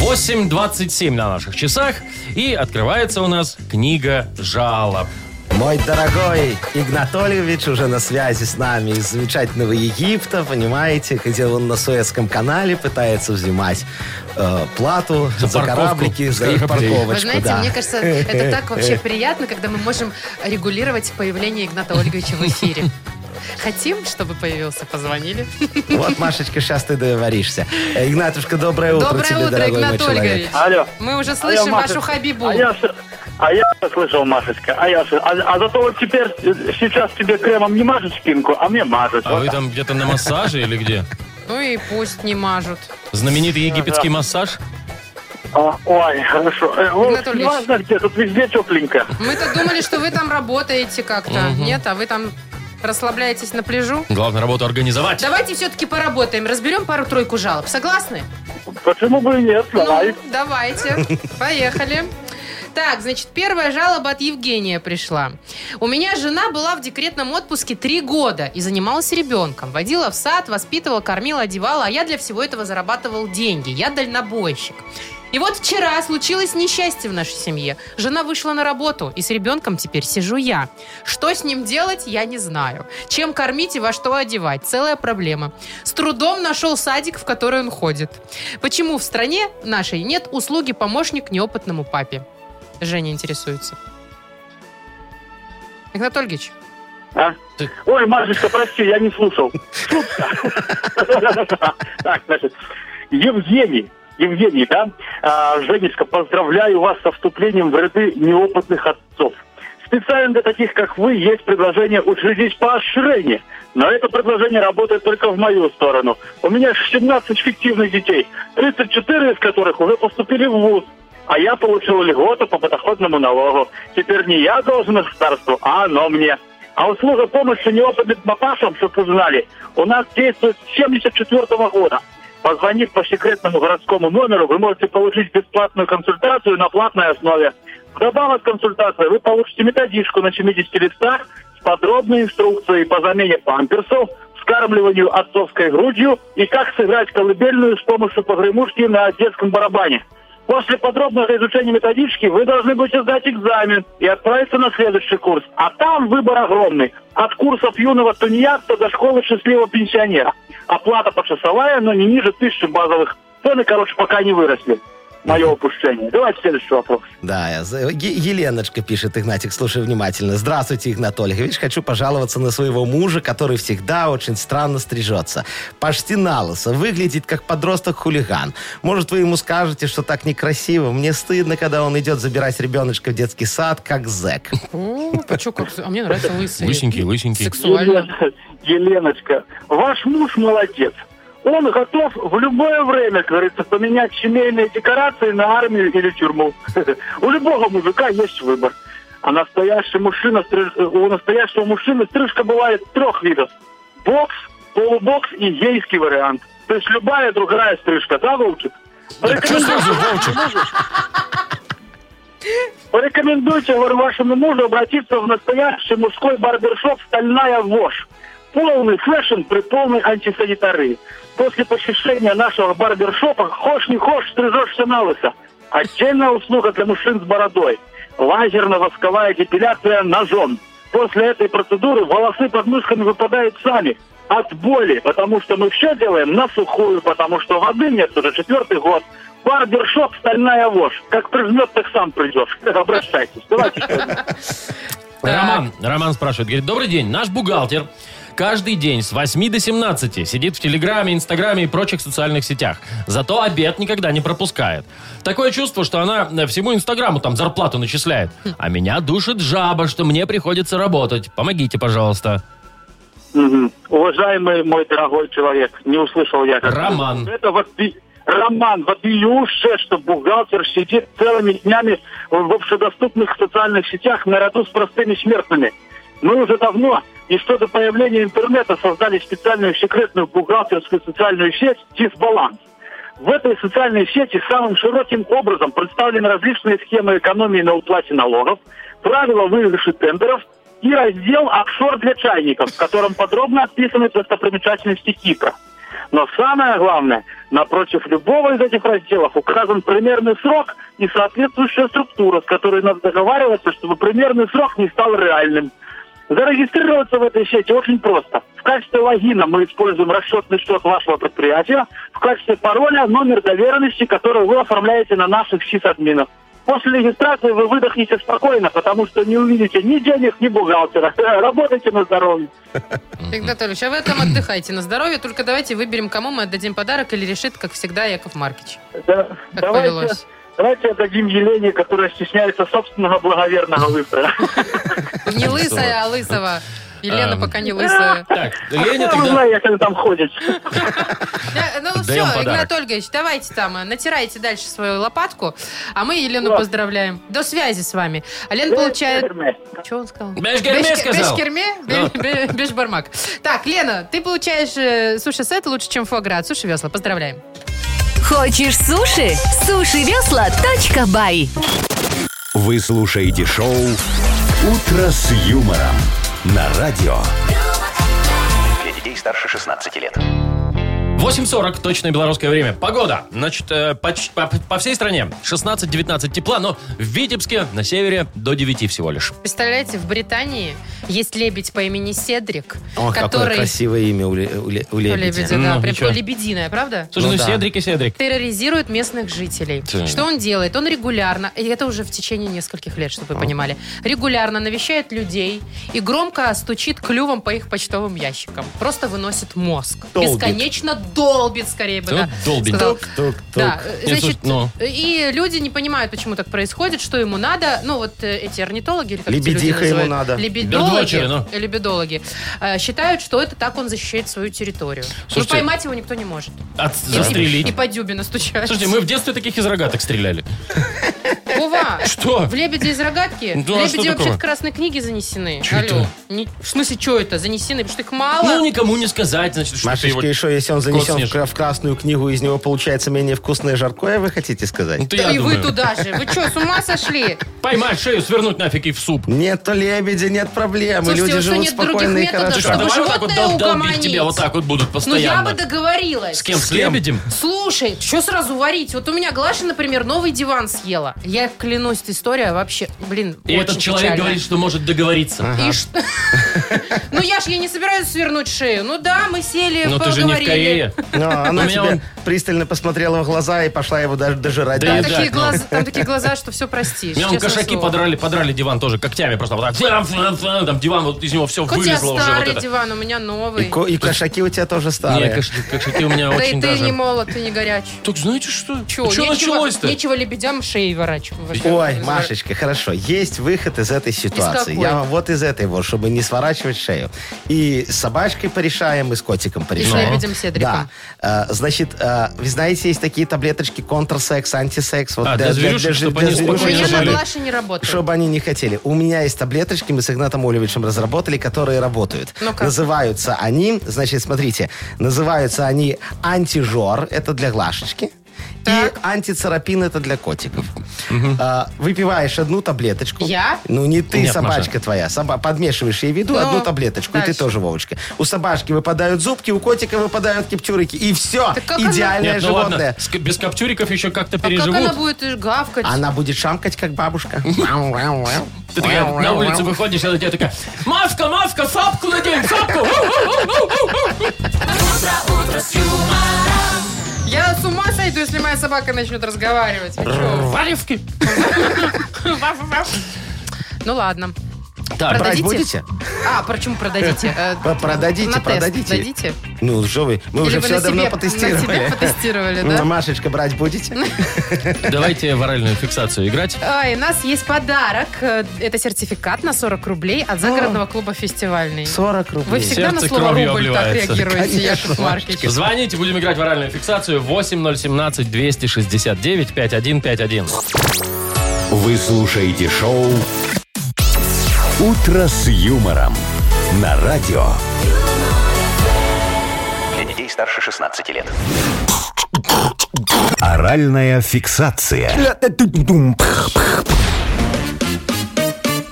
[SPEAKER 2] 8.27 на наших часах. И открывается у нас книга жалоб.
[SPEAKER 3] Мой дорогой Игнатольевич уже на связи с нами из замечательного Египта, понимаете, где он на Суэцком канале пытается взимать э, плату за,
[SPEAKER 2] парковку
[SPEAKER 3] кораблики,
[SPEAKER 2] с
[SPEAKER 3] за их
[SPEAKER 2] кораблей.
[SPEAKER 3] парковочку.
[SPEAKER 1] Вы знаете,
[SPEAKER 3] да.
[SPEAKER 1] мне кажется, это так вообще приятно, когда мы можем регулировать появление Игната Ольговича в эфире. Хотим, чтобы появился, позвонили.
[SPEAKER 3] Вот, Машечка, сейчас ты договоришься. Э, Игнатушка, доброе утро
[SPEAKER 1] Доброе
[SPEAKER 3] тебе,
[SPEAKER 1] утро,
[SPEAKER 3] дорогой мой
[SPEAKER 1] Игнат Ольгович.
[SPEAKER 3] человек.
[SPEAKER 5] Алло.
[SPEAKER 1] Мы уже слышим
[SPEAKER 5] Алло, Маша.
[SPEAKER 1] вашу Хабибу.
[SPEAKER 5] А я, всё- а я всё слышал, Машечка, а я всё- а, а зато вот теперь, э, сейчас тебе кремом не мажут спинку, а мне мажут.
[SPEAKER 2] А вы там где-то на массаже или где?
[SPEAKER 1] Ну и пусть не мажут.
[SPEAKER 2] Знаменитый египетский массаж?
[SPEAKER 5] А, ой, хорошо. Э, ну,
[SPEAKER 1] Игнат Ольгович.
[SPEAKER 5] Неважно где, тут везде тепленько.
[SPEAKER 1] Мы-то думали, что вы там работаете как-то. Нет, а вы там расслабляетесь на пляжу.
[SPEAKER 2] Главное, работу организовать.
[SPEAKER 1] Давайте все-таки поработаем, разберем пару-тройку жалоб. Согласны?
[SPEAKER 5] Почему бы и нет, давай.
[SPEAKER 1] Ну, давайте. Поехали. Так, значит, первая жалоба от Евгения пришла. У меня жена была в декретном отпуске три года и занималась ребенком. Водила в сад, воспитывала, кормила, одевала, а я для всего этого зарабатывал деньги. Я дальнобойщик. И вот вчера случилось несчастье в нашей семье. Жена вышла на работу, и с ребенком теперь сижу я. Что с ним делать, я не знаю. Чем кормить и во что одевать – целая проблема. С трудом нашел садик, в который он ходит. Почему в стране нашей нет услуги помощник неопытному папе? Женя интересуется. Игнат Ольгич,
[SPEAKER 5] А? Ой, Машечка, прости, я не слушал. Так, значит, Евгений, Евгений, да? А, Женечка, поздравляю вас со вступлением в ряды неопытных отцов. Специально для таких, как вы, есть предложение учредить поощрение. Но это предложение работает только в мою сторону. У меня 17 фиктивных детей, 34 из которых уже поступили в ВУЗ. А я получил льготу по подоходному налогу. Теперь не я должен государству, а оно мне. А услуга помощи неопытным папашам, чтобы вы знали, у нас действует с 1974 года. Позвонив по секретному городскому номеру, вы можете получить бесплатную консультацию на платной основе. Вдобавок к консультации вы получите методичку на 70 листах с подробной инструкцией по замене памперсов, вскармливанию отцовской грудью и как сыграть колыбельную с помощью погремушки на детском барабане. После подробного изучения методички вы должны будете сдать экзамен и отправиться на следующий курс. А там выбор огромный. От курсов юного тунеядца до школы счастливого пенсионера. Оплата почасовая, но не ниже тысячи базовых. Цены, короче, пока не выросли. Мое упущение. Давайте следующий вопрос.
[SPEAKER 3] Да, я за- Е- Еленочка пишет, Игнатик, слушай внимательно. Здравствуйте, Игнат Ольгович. Хочу пожаловаться на своего мужа, который всегда очень странно стрижется. Почти на лысо, выглядит как подросток-хулиган. Может, вы ему скажете, что так некрасиво. Мне стыдно, когда он идет забирать ребеночка в детский сад, как зэк.
[SPEAKER 1] О, почему как... А мне нравится лысый.
[SPEAKER 2] Лысенький, лысенький.
[SPEAKER 1] Сексуально.
[SPEAKER 5] Елена- Еленочка, ваш муж молодец. Он готов в любое время, как говорится, поменять семейные декорации на армию или тюрьму. У любого мужика есть выбор. А настоящий мужчина, стриж- у настоящего мужчины стрижка бывает трех видов. Бокс, полубокс и гейский вариант. То есть любая другая стрижка, да, Вовчик?
[SPEAKER 2] Что сразу, Вовчик?
[SPEAKER 5] Порекомендуйте говорю, вашему мужу обратиться в настоящий мужской барбершоп «Стальная вошь». Полный фэшн при полной антисанитарии. После посещения нашего барбершопа хошь не хошь, стрижешься на лысо. Отдельная услуга для мужчин с бородой. Лазерно-восковая депиляция ножом. После этой процедуры волосы под мышками выпадают сами. От боли, потому что мы все делаем на сухую, потому что воды нет уже четвертый год. Барбершоп «Стальная вошь». Как прижмет, так сам придешь. Обращайтесь. Давайте. что ли.
[SPEAKER 2] Роман, Роман спрашивает, говорит, добрый день, наш бухгалтер каждый день с 8 до 17 сидит в Телеграме, Инстаграме и прочих социальных сетях. Зато обед никогда не пропускает. Такое чувство, что она э, всему Инстаграму там зарплату начисляет. А меня душит жаба, что мне приходится работать. Помогите, пожалуйста.
[SPEAKER 5] Мгм. Уважаемый мой дорогой человек, не услышал я. как-
[SPEAKER 2] Роман.
[SPEAKER 5] Это вот ты- Роман, вот и уже, что бухгалтер сидит целыми днями в общедоступных социальных сетях наряду с простыми смертными. Мы уже давно, еще до появления интернета, создали специальную секретную бухгалтерскую социальную сеть «Дисбаланс». В этой социальной сети самым широким образом представлены различные схемы экономии на уплате налогов, правила выигрыша тендеров и раздел «Офшор для чайников», в котором подробно описаны достопримечательности Кипра. Но самое главное, напротив любого из этих разделов указан примерный срок и соответствующая структура, с которой надо договариваться, чтобы примерный срок не стал реальным. Зарегистрироваться в этой сети очень просто. В качестве логина мы используем расчетный счет вашего предприятия, в качестве пароля номер доверенности, который вы оформляете на наших сисадминов. После регистрации вы выдохнете спокойно, потому что не увидите ни денег, ни бухгалтера. Работайте на здоровье.
[SPEAKER 1] Игорь Анатольевич, а вы там отдыхайте на здоровье, только давайте выберем, кому мы отдадим подарок или решит, как всегда, Яков Маркич.
[SPEAKER 5] Да,
[SPEAKER 1] Как
[SPEAKER 5] давайте,
[SPEAKER 1] повелось.
[SPEAKER 5] давайте отдадим Елене, которая стесняется собственного благоверного выбора.
[SPEAKER 1] Не лысая, а лысого. Елена
[SPEAKER 2] Эм.
[SPEAKER 1] пока не лысая.
[SPEAKER 2] Так, Леня
[SPEAKER 5] Я
[SPEAKER 2] тогда...
[SPEAKER 5] знаю, я когда там ходит.
[SPEAKER 1] Да, Ну все,
[SPEAKER 2] Даем подарок.
[SPEAKER 1] Игнат Ольгович, давайте там, э, натирайте дальше свою лопатку, а мы Елену
[SPEAKER 5] Ладно.
[SPEAKER 1] поздравляем. До связи с вами. А Лена получает... Что он сказал?
[SPEAKER 2] Бешгерме
[SPEAKER 1] Бешке-
[SPEAKER 2] сказал.
[SPEAKER 1] Бешкерме?
[SPEAKER 2] Да.
[SPEAKER 1] Бе- бе- Бешбармак. Так, Лена, ты получаешь э, суши-сет лучше, чем фуагра от Суши Весла. Поздравляем.
[SPEAKER 8] Хочешь суши? Сушивесла.бай
[SPEAKER 4] Вы слушаете шоу «Утро с юмором» на радио.
[SPEAKER 6] Для детей старше 16 лет.
[SPEAKER 2] 8.40, точное белорусское время. Погода. Значит, э, поч- по, по всей стране 16-19 тепла, но в Витебске на севере до 9 всего лишь.
[SPEAKER 1] Представляете, в Британии есть лебедь по имени Седрик,
[SPEAKER 3] О, какое
[SPEAKER 1] который...
[SPEAKER 3] красивое имя у, ле- у ле- у
[SPEAKER 1] Ну,
[SPEAKER 3] лебедя.
[SPEAKER 1] лебедя, да,
[SPEAKER 2] Ну,
[SPEAKER 1] прям
[SPEAKER 2] ничего.
[SPEAKER 1] лебединая, правда?
[SPEAKER 2] Слушай, ну,
[SPEAKER 3] Ну да.
[SPEAKER 2] Седрик и Седрик.
[SPEAKER 1] терроризирует местных жителей.
[SPEAKER 2] Да.
[SPEAKER 1] Что он делает? Он регулярно, и это уже в течение нескольких лет, чтобы вы понимали, регулярно навещает людей и громко стучит клювом по их почтовым ящикам. Просто выносит мозг.
[SPEAKER 3] Долбит.
[SPEAKER 1] Бесконечно долбит, скорее бы,
[SPEAKER 2] Ну,
[SPEAKER 1] да.
[SPEAKER 2] долбит.
[SPEAKER 1] сказал.
[SPEAKER 3] Тук-тук-тук.
[SPEAKER 1] Да, э,
[SPEAKER 2] Нет,
[SPEAKER 1] значит,
[SPEAKER 2] слушай, ну.
[SPEAKER 1] и люди не понимают, почему так происходит, что ему надо. Ну, вот э, эти орнитологи, или как эти люди
[SPEAKER 3] Лебедиха ему
[SPEAKER 1] называют,
[SPEAKER 3] надо.
[SPEAKER 1] Лебедологи,
[SPEAKER 2] Бердвочеры, ну.
[SPEAKER 1] э, лебедологи, э, считают, что это так он защищает свою территорию.
[SPEAKER 2] Слушайте,
[SPEAKER 1] Но поймать его никто не может.
[SPEAKER 2] От-
[SPEAKER 1] И- И,
[SPEAKER 2] застрелить.
[SPEAKER 1] по дюбе настучать.
[SPEAKER 2] Слушайте, мы в детстве таких из рогаток стреляли.
[SPEAKER 1] Вова,
[SPEAKER 2] Что?
[SPEAKER 1] в «Лебеде из рогатки»
[SPEAKER 2] Да, что
[SPEAKER 1] лебеди вообще
[SPEAKER 2] такого?
[SPEAKER 1] в красной книге занесены.
[SPEAKER 2] Чё
[SPEAKER 1] Алло.
[SPEAKER 2] это?
[SPEAKER 1] Не- в смысле, что это? Занесены, потому что их мало.
[SPEAKER 2] Ну, никому не сказать, значит, что ты
[SPEAKER 3] Машечка,
[SPEAKER 2] его...
[SPEAKER 3] и что, если он занесен в,
[SPEAKER 2] коснешь.
[SPEAKER 3] кра- в красную книгу, из него получается менее вкусное жаркое, вы хотите сказать?
[SPEAKER 2] Ну, ты,
[SPEAKER 1] Да
[SPEAKER 2] я
[SPEAKER 1] и
[SPEAKER 2] думаю.
[SPEAKER 1] вы туда же. Вы что, с ума сошли?
[SPEAKER 2] Поймать шею, свернуть нафиг и в суп.
[SPEAKER 3] Нет, то лебедя, нет проблем. и
[SPEAKER 1] Слушайте,
[SPEAKER 3] люди
[SPEAKER 1] вот что
[SPEAKER 3] живут
[SPEAKER 1] нет других
[SPEAKER 3] спокойно и
[SPEAKER 1] методов,
[SPEAKER 3] хорошо.
[SPEAKER 2] Слушай, а давай вот
[SPEAKER 1] чтобы
[SPEAKER 2] так вот
[SPEAKER 1] животное
[SPEAKER 2] дол- долбить
[SPEAKER 1] угомонить.
[SPEAKER 2] тебя, вот так вот будут
[SPEAKER 1] Ну, я бы
[SPEAKER 2] постоянно.
[SPEAKER 1] договорилась.
[SPEAKER 2] С кем? С
[SPEAKER 3] С кем?
[SPEAKER 2] лебедем?
[SPEAKER 1] Слушай, что сразу варить? Вот у меня Глаша, например, новый диван съела. Я клянусь, эта история вообще, блин,
[SPEAKER 2] И
[SPEAKER 1] очень
[SPEAKER 2] этот человек
[SPEAKER 1] печальная.
[SPEAKER 2] говорит, что может договориться.
[SPEAKER 1] И что? Ну я ж ей не собираюсь свернуть шею. Ну да, мы сели,
[SPEAKER 2] Но ты же не в
[SPEAKER 1] поговорили.
[SPEAKER 2] Корее. У
[SPEAKER 3] Но Ну, она
[SPEAKER 2] меня
[SPEAKER 3] тебе
[SPEAKER 2] он-
[SPEAKER 3] пристально посмотрела в глаза и пошла его даже дожирать.
[SPEAKER 2] Да
[SPEAKER 1] Там
[SPEAKER 2] и
[SPEAKER 3] дальше.
[SPEAKER 1] такие
[SPEAKER 2] да, ну.
[SPEAKER 1] глаза- Там такие глаза, что все простишь.
[SPEAKER 2] Меня вон
[SPEAKER 1] честное
[SPEAKER 2] кошаки
[SPEAKER 1] слово.
[SPEAKER 2] подрали, подрали диван тоже когтями просто вот так. Фам, фам, фам, Там диван, вот из него все
[SPEAKER 1] Хоть у тебя
[SPEAKER 2] вылезло уже. Вот
[SPEAKER 1] старый
[SPEAKER 2] это.
[SPEAKER 1] диван, у меня
[SPEAKER 3] И,
[SPEAKER 1] новый.
[SPEAKER 3] ко- и кошаки у тебя тоже
[SPEAKER 2] Не,
[SPEAKER 3] старые.
[SPEAKER 2] кошаки, кошаки у меня
[SPEAKER 1] Да и
[SPEAKER 2] очень
[SPEAKER 1] ты не
[SPEAKER 2] даже...
[SPEAKER 1] молод, ты не горячий.
[SPEAKER 2] Так знаете что?
[SPEAKER 1] Чё,
[SPEAKER 2] Что
[SPEAKER 1] нечего,
[SPEAKER 2] началось-то?
[SPEAKER 1] нечего лебедям шеи ворачивать.
[SPEAKER 3] Ой, Машечка, хорошо. Есть выход из этой ситуации.
[SPEAKER 1] какой?
[SPEAKER 3] Я вам вот из этой вот, чтобы не сворачивать шею. И с собачкой порешаем, и с котиком порешаем.
[SPEAKER 1] лебедем Седриком.
[SPEAKER 3] Да. Э, Значит, э, вы знаете, есть такие таблеточки контрсекс, антисекс. Вот
[SPEAKER 2] А, для зверюшек,
[SPEAKER 3] жи-
[SPEAKER 2] чтобы они
[SPEAKER 3] зверюшек,
[SPEAKER 1] У меня
[SPEAKER 2] Ой,
[SPEAKER 1] на
[SPEAKER 2] заболел.
[SPEAKER 1] Глаше не работает.
[SPEAKER 3] чтобы они не хотели. У меня есть таблеточки, мы с Игнатом Олевичем разработали, которые работают.
[SPEAKER 1] Ну-ка.
[SPEAKER 3] Называются они, значит, смотрите, называются они антижор, это для Глашечки.
[SPEAKER 1] Так.
[SPEAKER 3] И антицерапин это для котиков. А, выпиваешь одну таблеточку.
[SPEAKER 1] Я?
[SPEAKER 3] Ну, не ты,
[SPEAKER 2] Нет,
[SPEAKER 3] собачка твоя. Соба- подмешиваешь ей в еду
[SPEAKER 1] Ну,
[SPEAKER 3] одну таблеточку. И
[SPEAKER 1] дальше.
[SPEAKER 3] ты тоже, Вовочка. У собачки выпадают зубки, у котика выпадают кептюрики. И все.
[SPEAKER 1] Так как она-
[SPEAKER 3] Идеальное
[SPEAKER 2] Нет, ну
[SPEAKER 3] животное.
[SPEAKER 2] ладно, с- без каптюриков еще как-то
[SPEAKER 1] А как она
[SPEAKER 2] переживут.
[SPEAKER 1] будет э, гавкать?
[SPEAKER 3] Она будет шамкать, как бабушка.
[SPEAKER 2] Ты такая на улице выходишь, она тебя такая, Мавка, Мавка, шапку надень, шапку!
[SPEAKER 1] Я с ума сойду, если моя собака начнет разговаривать. Вы чё?
[SPEAKER 2] Валивки!
[SPEAKER 1] Ну ладно.
[SPEAKER 2] Так,
[SPEAKER 1] Продадите?
[SPEAKER 3] Брать будете?
[SPEAKER 1] А, почему продадите? Э,
[SPEAKER 3] П- Продадите,
[SPEAKER 1] на тест
[SPEAKER 3] продадите.
[SPEAKER 1] дадите?
[SPEAKER 3] Ну, что вы, мы
[SPEAKER 1] Или
[SPEAKER 3] уже
[SPEAKER 1] вы
[SPEAKER 3] все
[SPEAKER 1] на
[SPEAKER 3] давно
[SPEAKER 1] себе-
[SPEAKER 3] потестировали.
[SPEAKER 1] на себе потестировали, да?
[SPEAKER 3] Ну, Машечка, брать будете?
[SPEAKER 2] давайте в оральную фиксацию играть.
[SPEAKER 1] Ай, у нас есть подарок. Э, Это сертификат на 40 рублей от загородного клуба «Фестивальный».
[SPEAKER 3] 40
[SPEAKER 1] Вы
[SPEAKER 3] рублей.
[SPEAKER 1] всегда на
[SPEAKER 2] Сердце
[SPEAKER 1] слово
[SPEAKER 2] кровью
[SPEAKER 1] «рубль» так
[SPEAKER 2] обливается.
[SPEAKER 1] реагируете,
[SPEAKER 3] Конечно,
[SPEAKER 1] Яков Маркович.
[SPEAKER 2] Звоните, будем играть в оральную фиксацию 8017 269 5151.
[SPEAKER 4] Вы слушаете шоу «Утро с юмором» на радио.
[SPEAKER 6] Для детей старше 16 лет.
[SPEAKER 4] Оральная фиксация.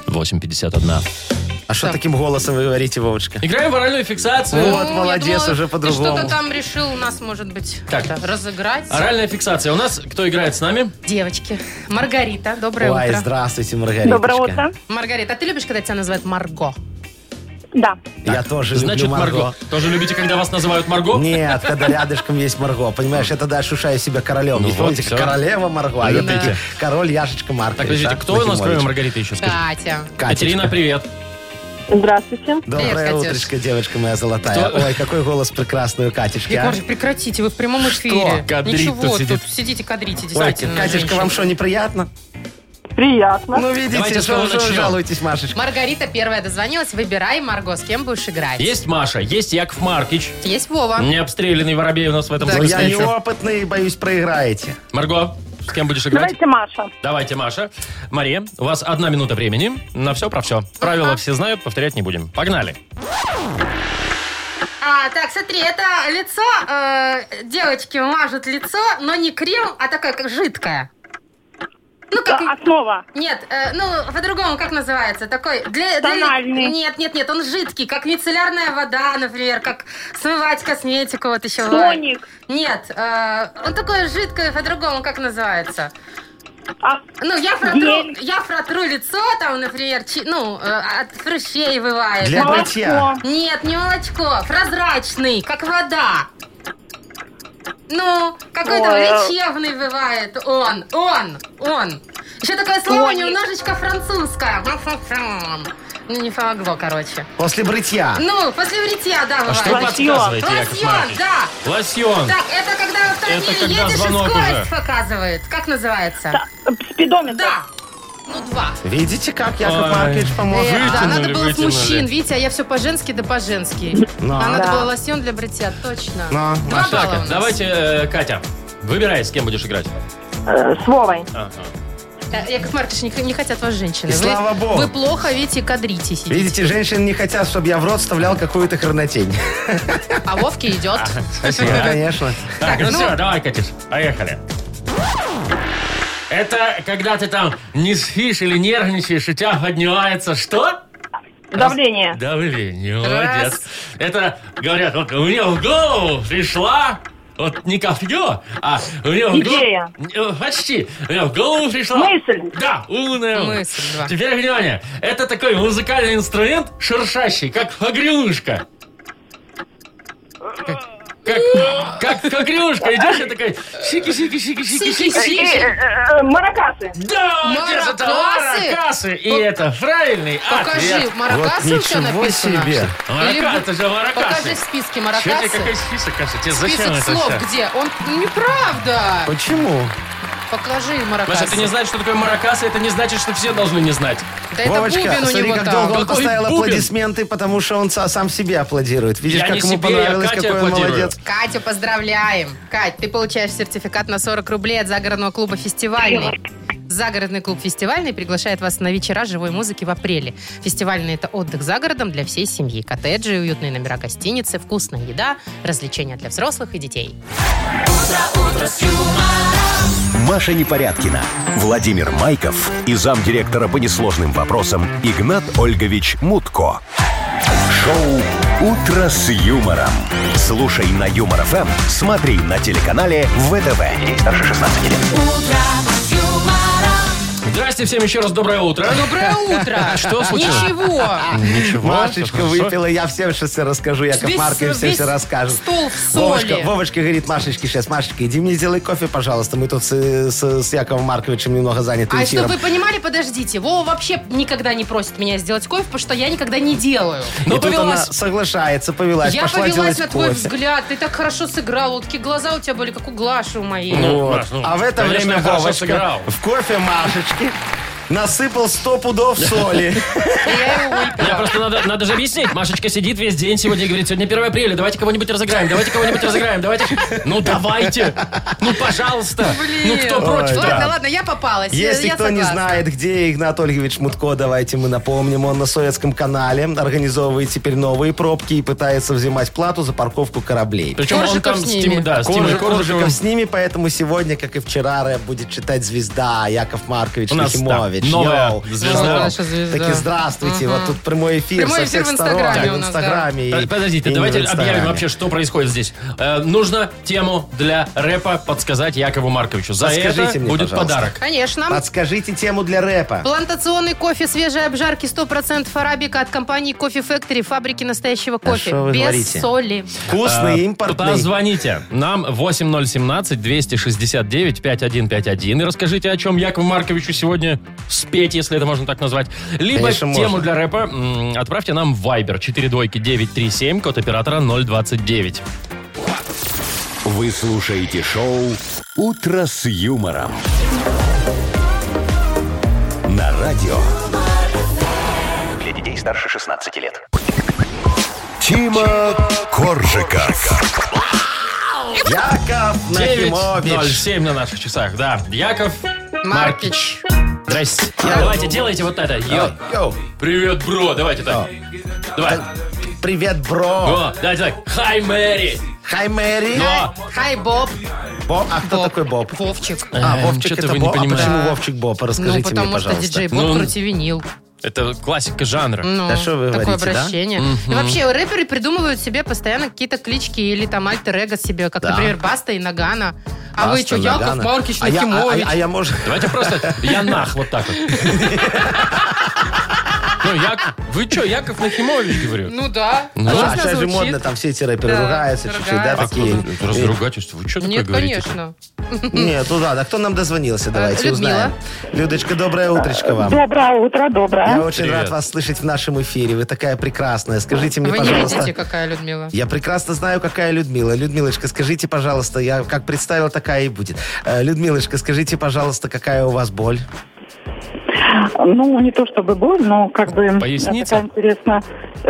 [SPEAKER 2] 851.
[SPEAKER 3] А что таким голосом вы говорите, Вовочка?
[SPEAKER 2] Играем в оральную
[SPEAKER 1] Ну,
[SPEAKER 2] фиксацию.
[SPEAKER 3] Вот, молодец, уже по-другому. А-
[SPEAKER 1] Ты что-то там решил нас, может быть,
[SPEAKER 2] Так.
[SPEAKER 1] это, разыграть.
[SPEAKER 2] Оральная фиксация. У нас кто играет с нами?
[SPEAKER 1] Девочки. Маргарита, доброе
[SPEAKER 3] Ой,
[SPEAKER 1] утро.
[SPEAKER 3] здравствуйте, Маргарита.
[SPEAKER 9] Доброе утро.
[SPEAKER 1] Маргарита, а ты любишь, когда тебя называют Марго?
[SPEAKER 9] Да.
[SPEAKER 3] Я тоже
[SPEAKER 2] Значит,
[SPEAKER 3] люблю
[SPEAKER 2] Марго.
[SPEAKER 3] Марго.
[SPEAKER 2] Тоже любите, когда вас называют Марго?
[SPEAKER 3] Нет, когда рядышком есть Марго. Понимаешь, я тогда ощущаю себя королем.
[SPEAKER 2] Ну
[SPEAKER 3] Ведь
[SPEAKER 2] вот,
[SPEAKER 3] помните,
[SPEAKER 2] всё.
[SPEAKER 3] королева Марго, а я
[SPEAKER 2] Да.
[SPEAKER 3] таки король Яшечка Маркович.
[SPEAKER 2] Так, подождите,
[SPEAKER 3] а?
[SPEAKER 2] кто у нас, кроме
[SPEAKER 3] Нахимович.
[SPEAKER 2] Маргариты, еще скажет?
[SPEAKER 1] Катя.
[SPEAKER 3] Катечка.
[SPEAKER 2] Катерина, привет.
[SPEAKER 9] Здравствуйте.
[SPEAKER 3] Доброе
[SPEAKER 1] Привет, Катюш.
[SPEAKER 3] утречко, девочка моя золотая.
[SPEAKER 2] Кто?
[SPEAKER 3] Ой, какой голос прекрасный у Катюшки, а.
[SPEAKER 1] Егор, прекратите, вы в прямом эфире.
[SPEAKER 2] кадрит-то
[SPEAKER 1] Ничего,
[SPEAKER 2] сидит?
[SPEAKER 1] тут сидите, кадрите,
[SPEAKER 3] Ой,
[SPEAKER 1] действительно.
[SPEAKER 3] Катюшка,
[SPEAKER 1] женщины.
[SPEAKER 3] вам что, неприятно?
[SPEAKER 9] Приятно.
[SPEAKER 3] Ну, видите,
[SPEAKER 2] Давайте с кого
[SPEAKER 3] что уже
[SPEAKER 2] начнем?
[SPEAKER 3] жалуетесь, Машечка.
[SPEAKER 1] Маргарита первая дозвонилась. Выбирай, Марго, с кем будешь играть.
[SPEAKER 2] Есть Маша, есть Яков Маркич.
[SPEAKER 1] Есть Вова.
[SPEAKER 2] Необстрелянный воробей у нас в этом
[SPEAKER 1] Так,
[SPEAKER 2] да,
[SPEAKER 3] А. Я неопытный, боюсь, проиграете.
[SPEAKER 2] Марго, с кем будешь играть?
[SPEAKER 9] Давайте Маша.
[SPEAKER 2] Давайте, Маша. Мария, у вас одна минута времени на все про все. Правила все знают, повторять не будем. Погнали.
[SPEAKER 1] А, так, смотри, это лицо, э, девочки мажут лицо, но не крем, а такое, как жидкое. Ну, как...
[SPEAKER 9] Да, основа.
[SPEAKER 1] Нет, э, ну, по-другому как называется? Такой... Для, для-
[SPEAKER 9] Тональный.
[SPEAKER 1] Нет, нет, нет, он жидкий, как мицеллярная вода, например, как смывать косметику, вот еще... бывает.
[SPEAKER 9] Слоник.
[SPEAKER 1] Нет, э, он такое жидкое, по-другому как называется?
[SPEAKER 9] А-
[SPEAKER 1] Ну, я протру,
[SPEAKER 9] Гель.
[SPEAKER 1] я протру лицо, там, например, чи- ну, э, от прыщей бывает.
[SPEAKER 3] Для
[SPEAKER 9] молоко.
[SPEAKER 3] бритья.
[SPEAKER 1] Нет, не молочко, прозрачный, как вода. Ну, какой там
[SPEAKER 9] Ой, а-
[SPEAKER 1] лечебный бывает он, он, он. Еще такое слово
[SPEAKER 9] Тоник.
[SPEAKER 1] немножечко французское. Фу-фу-фу. Ну, не помогло, короче.
[SPEAKER 3] После бритья.
[SPEAKER 9] Ну,
[SPEAKER 1] После бритья, да,
[SPEAKER 2] А
[SPEAKER 1] бывает.
[SPEAKER 2] что вы подсказываете, Яков
[SPEAKER 1] Лосьон,
[SPEAKER 2] Маркич?
[SPEAKER 1] да.
[SPEAKER 2] Лосьон.
[SPEAKER 1] Так, это когда в автомобиле
[SPEAKER 2] Это когда
[SPEAKER 1] едешь и
[SPEAKER 2] звонок
[SPEAKER 1] скорость
[SPEAKER 2] уже.
[SPEAKER 1] показывает. Как называется?
[SPEAKER 9] та- спидометр.
[SPEAKER 1] Да. Ну, два.
[SPEAKER 3] Видите, как
[SPEAKER 2] Ой.
[SPEAKER 3] Яков Маркович помог?
[SPEAKER 1] Э, да,
[SPEAKER 2] Вытянули,
[SPEAKER 1] надо было с
[SPEAKER 2] вытянули.
[SPEAKER 1] мужчин, видите, а я все по-женски да по-женски.
[SPEAKER 3] Ну.
[SPEAKER 1] А надо
[SPEAKER 9] Да.
[SPEAKER 1] было лосьон для бритья, точно.
[SPEAKER 3] Ну,
[SPEAKER 1] Два
[SPEAKER 3] Машечка,
[SPEAKER 1] балла у
[SPEAKER 2] Так,
[SPEAKER 1] нас.
[SPEAKER 2] давайте, э, Катя, выбирай, с кем будешь играть.
[SPEAKER 9] Э, с Вовой.
[SPEAKER 2] Ага.
[SPEAKER 1] Да, Э, Яков Маркович, не, не хотят вас женщины.
[SPEAKER 3] И
[SPEAKER 1] Вы-
[SPEAKER 3] слава богу.
[SPEAKER 1] Вы плохо, видите, кадрите сидите.
[SPEAKER 3] Видите, женщины не хотят, чтобы я в рот вставлял какую-то хронотень.
[SPEAKER 1] А Вовке идет.
[SPEAKER 3] Ну, конечно.
[SPEAKER 2] Так, ну,
[SPEAKER 1] ну-
[SPEAKER 2] все, давай, Катюш, поехали. Это когда ты там не спишь или нервничаешь, у тебя поднимается что?
[SPEAKER 9] Давление.
[SPEAKER 2] Давление,
[SPEAKER 1] Раз.
[SPEAKER 2] молодец. Это, говорят, вот мне в голову пришла, вот не копье, а мне в голову...
[SPEAKER 9] Идея.
[SPEAKER 2] Э, Почти. Мне в голову пришла...
[SPEAKER 9] Мысль.
[SPEAKER 2] Да, умная.
[SPEAKER 1] Мысль, да.
[SPEAKER 2] Теперь внимание. Это такой музыкальный инструмент, шершащий, как погрюшка. Как, как, как погрюшка. Идешь и такой
[SPEAKER 9] Э,
[SPEAKER 2] шики-шики-шики-шики-шики.
[SPEAKER 9] э, э, маракасы.
[SPEAKER 2] Да, молодец, это
[SPEAKER 1] Маракасы?
[SPEAKER 2] маракасы. И это правильный
[SPEAKER 1] Покажи,
[SPEAKER 2] ответ.
[SPEAKER 1] маракасы у тебя
[SPEAKER 3] ничего
[SPEAKER 1] написано.
[SPEAKER 3] себе.
[SPEAKER 1] Или
[SPEAKER 2] Марака-
[SPEAKER 1] бу-
[SPEAKER 2] это же маракасы.
[SPEAKER 1] Покажи в списке
[SPEAKER 2] Чё тебе какой
[SPEAKER 1] маракасы.
[SPEAKER 2] список, Катя? Тебе зачем
[SPEAKER 1] Список
[SPEAKER 2] это
[SPEAKER 1] слов
[SPEAKER 2] все?
[SPEAKER 1] где? Он неправда.
[SPEAKER 3] Почему?
[SPEAKER 1] Покажи маракасы.
[SPEAKER 2] Маша, ты не знаешь, что такое маракасы, это не значит, что все должны не знать.
[SPEAKER 1] Да это бубен у
[SPEAKER 3] смотри,
[SPEAKER 1] него
[SPEAKER 3] как
[SPEAKER 1] там.
[SPEAKER 3] долго он
[SPEAKER 2] Какой
[SPEAKER 3] поставил
[SPEAKER 2] бубен?
[SPEAKER 3] аплодисменты, потому что он са- сам себе аплодирует. Видишь,
[SPEAKER 2] Я
[SPEAKER 3] как
[SPEAKER 2] не
[SPEAKER 3] ему
[SPEAKER 2] себе, я
[SPEAKER 3] понравилось,
[SPEAKER 2] Кате
[SPEAKER 3] какой он
[SPEAKER 2] аплодирую.
[SPEAKER 3] молодец.
[SPEAKER 1] Катю, поздравляем! Кать, ты получаешь сертификат на 40 рублей от загородного клуба «Фестивальный». Загородный клуб «Фестивальный» приглашает вас на вечера живой музыки в апреле. Фестивальный – это отдых за городом для всей семьи. Коттеджи, уютные номера гостиницы, вкусная еда, развлечения для взрослых и детей.
[SPEAKER 4] Маша Непорядкина, Владимир Майков и замдиректора по несложным вопросам Игнат Ольгович Мутко. Шоу «Утро с юмором». Слушай на Юмор ФМ, смотри на телеканале ВТВ. Здесь старше 16 лет.
[SPEAKER 2] Здрасте всем еще раз, доброе утро.
[SPEAKER 1] Доброе утро!
[SPEAKER 2] Что случилось?
[SPEAKER 1] Ничего!
[SPEAKER 3] Машечка выпила, я всем сейчас все расскажу, Яков
[SPEAKER 1] Весь-
[SPEAKER 3] Маркович всем
[SPEAKER 1] весь
[SPEAKER 3] все расскажет.
[SPEAKER 1] стол в
[SPEAKER 3] Вовочка,
[SPEAKER 1] соли.
[SPEAKER 3] Вовочка говорит Машечке сейчас, Машечка, иди мне сделай кофе, пожалуйста, мы тут с, с- с Яковом Марковичем немного заняты
[SPEAKER 1] А чтобы
[SPEAKER 3] эфиром.
[SPEAKER 1] вы понимали, подождите, Вова вообще никогда не просит меня сделать кофе, потому что я никогда не делаю.
[SPEAKER 3] И тут она соглашается, повелась,
[SPEAKER 1] Я
[SPEAKER 3] пошла
[SPEAKER 1] повелась
[SPEAKER 3] делать
[SPEAKER 1] на твой
[SPEAKER 3] кофе.
[SPEAKER 1] взгляд. Ты так хорошо сыграл. Вот такие глаза у тебя были, как у Глаши у моей.
[SPEAKER 3] Вот.
[SPEAKER 2] Маш, ну,
[SPEAKER 3] а в это
[SPEAKER 2] конечно,
[SPEAKER 3] время
[SPEAKER 2] я хорошо
[SPEAKER 3] Вовочка
[SPEAKER 2] сыграл.
[SPEAKER 3] в кофе Машечки насыпал сто пудов соли.
[SPEAKER 1] И я его
[SPEAKER 2] Я
[SPEAKER 1] выпила.
[SPEAKER 2] просто надо, надо же объяснить. Машечка сидит весь день сегодня и говорит, сегодня 1 апреля, давайте кого-нибудь разыграем, давайте кого-нибудь разыграем, давайте. Ну давайте! Ну пожалуйста! Ну кто
[SPEAKER 1] Блин.
[SPEAKER 2] против?
[SPEAKER 3] Ой,
[SPEAKER 1] Ладно,
[SPEAKER 3] да.
[SPEAKER 1] ладно, я попалась. Я-
[SPEAKER 3] Если
[SPEAKER 1] я
[SPEAKER 3] кто не
[SPEAKER 1] согласна.
[SPEAKER 3] знает, где Игнат Ольгович Мутко, давайте мы напомним. Он на Советском канале организовывает теперь новые пробки и пытается взимать плату за парковку кораблей.
[SPEAKER 2] Причем он
[SPEAKER 1] Коржиков
[SPEAKER 2] там
[SPEAKER 1] с
[SPEAKER 2] с
[SPEAKER 1] ними.
[SPEAKER 2] Тимой, да, с Тимой
[SPEAKER 3] Коржик,
[SPEAKER 2] Коржиковым.
[SPEAKER 3] Коржиков с ними, поэтому сегодня, как и вчера, рэп будет читать звезда Яков Маркович
[SPEAKER 2] У нас, да.
[SPEAKER 3] Нахимович. Красавич.
[SPEAKER 2] Новая
[SPEAKER 3] Йоу.
[SPEAKER 2] звезда.
[SPEAKER 1] Наша звезда.
[SPEAKER 3] Таки здравствуйте. Вот тут прямой эфир
[SPEAKER 1] Прямой
[SPEAKER 3] со
[SPEAKER 1] эфир
[SPEAKER 3] всех
[SPEAKER 1] в
[SPEAKER 3] сторон.
[SPEAKER 1] Инстаграме
[SPEAKER 3] и
[SPEAKER 1] у
[SPEAKER 3] в
[SPEAKER 1] нас, да.
[SPEAKER 3] Инстаграме. и-
[SPEAKER 2] Под- Э, Подождите,
[SPEAKER 3] и
[SPEAKER 2] давайте
[SPEAKER 3] в Инстаграме.
[SPEAKER 2] объявим вообще, что происходит здесь. Э, нужно тему для рэпа подсказать Якову Марковичу. За
[SPEAKER 3] Подскажите
[SPEAKER 2] это
[SPEAKER 3] мне,
[SPEAKER 2] будет
[SPEAKER 3] пожалуйста.
[SPEAKER 2] подарок.
[SPEAKER 1] Конечно.
[SPEAKER 3] Подскажите тему для рэпа.
[SPEAKER 1] Плантационный кофе свежей обжарки 100% арабика от компании Coffee Factory, фабрики настоящего кофе.
[SPEAKER 3] А что вы
[SPEAKER 1] без
[SPEAKER 3] говорите?
[SPEAKER 1] соли.
[SPEAKER 3] Вкусный, импортный.
[SPEAKER 2] Позвоните нам 8017-269-5151 и расскажите, о чем Якову Марковичу сегодня спеть, если это можно так назвать. Либо
[SPEAKER 3] Конечно,
[SPEAKER 2] тему
[SPEAKER 3] можно.
[SPEAKER 2] для рэпа м, отправьте нам в Viber 4 двойки 937, код оператора 029.
[SPEAKER 4] Вы слушаете шоу «Утро с юмором». На радио
[SPEAKER 6] Для детей старше 16 лет.
[SPEAKER 4] Тима Коржика.
[SPEAKER 3] Яков Нахимович.
[SPEAKER 2] 9.07 на наших часах, да. Яков
[SPEAKER 1] Маркич.
[SPEAKER 2] Здрасте. Давайте, делайте вот это. Йо.
[SPEAKER 3] Йоу. Э,
[SPEAKER 2] Привет, бро. Давайте так. Давай.
[SPEAKER 3] Привет, бро.
[SPEAKER 2] О, давайте так. Хай, Мэри.
[SPEAKER 3] Хай, Мэри.
[SPEAKER 2] Но.
[SPEAKER 1] Хай, Боб.
[SPEAKER 3] Боб. А кто такой Боб?
[SPEAKER 1] Вовчик.
[SPEAKER 3] А, Вовчик
[SPEAKER 2] чё-то
[SPEAKER 3] это
[SPEAKER 2] вы не
[SPEAKER 3] Боб. А
[SPEAKER 2] понимаете.
[SPEAKER 3] почему
[SPEAKER 1] Да.
[SPEAKER 3] Вовчик Боб?
[SPEAKER 1] Ну,
[SPEAKER 3] Расскажите мне,
[SPEAKER 1] потому что
[SPEAKER 3] пожалуйста.
[SPEAKER 1] диджей Боб
[SPEAKER 2] Ну,
[SPEAKER 1] крути винил.
[SPEAKER 2] Это классика жанра.
[SPEAKER 1] Ну,
[SPEAKER 3] Да что вы
[SPEAKER 1] такое
[SPEAKER 3] говорите, да?
[SPEAKER 1] обращение. И вообще, рэперы придумывают себе постоянно какие-то клички или там альтер-эго себе, как,
[SPEAKER 3] Да.
[SPEAKER 1] например, Баста и Нагана. А вы
[SPEAKER 3] Баста,
[SPEAKER 1] что, Яков
[SPEAKER 3] Нагано.
[SPEAKER 1] Маркич
[SPEAKER 3] А я- а-
[SPEAKER 1] Нахимович?
[SPEAKER 3] А я, может...
[SPEAKER 2] Давайте просто Янах вот так вот. Ну, Яков, вы что, Яков Нахимович, говорю?
[SPEAKER 1] Ну да,
[SPEAKER 2] Ну,
[SPEAKER 3] А
[SPEAKER 1] классно
[SPEAKER 3] сейчас же
[SPEAKER 1] звучит.
[SPEAKER 3] модно, там все эти рэперы
[SPEAKER 1] Да,
[SPEAKER 3] ругаются чуть-чуть, да,
[SPEAKER 1] ругаются.
[SPEAKER 3] такие.
[SPEAKER 2] Разругательство, вы что такое
[SPEAKER 1] Нет,
[SPEAKER 2] говорите?
[SPEAKER 1] конечно.
[SPEAKER 3] Нет, ну да, да, кто нам дозвонился, давайте
[SPEAKER 1] Э, Людмила.
[SPEAKER 3] узнаем. Людочка, доброе утречко вам.
[SPEAKER 9] Доброе утро,
[SPEAKER 3] Я
[SPEAKER 9] доброе.
[SPEAKER 3] очень
[SPEAKER 2] Привет.
[SPEAKER 3] рад вас слышать в нашем эфире, вы такая прекрасная. Скажите мне,
[SPEAKER 1] Вы не
[SPEAKER 3] Ну, пожалуйста...
[SPEAKER 1] видите, какая Людмила?
[SPEAKER 3] Я прекрасно знаю, какая Людмила. Людмилочка, скажите, пожалуйста, я как представил, такая и будет. Э, Людмилочка, скажите, пожалуйста, какая у вас боль?
[SPEAKER 9] Ну, не то чтобы боль, но как бы... э,
[SPEAKER 2] Поясните.
[SPEAKER 9] Такая интересная...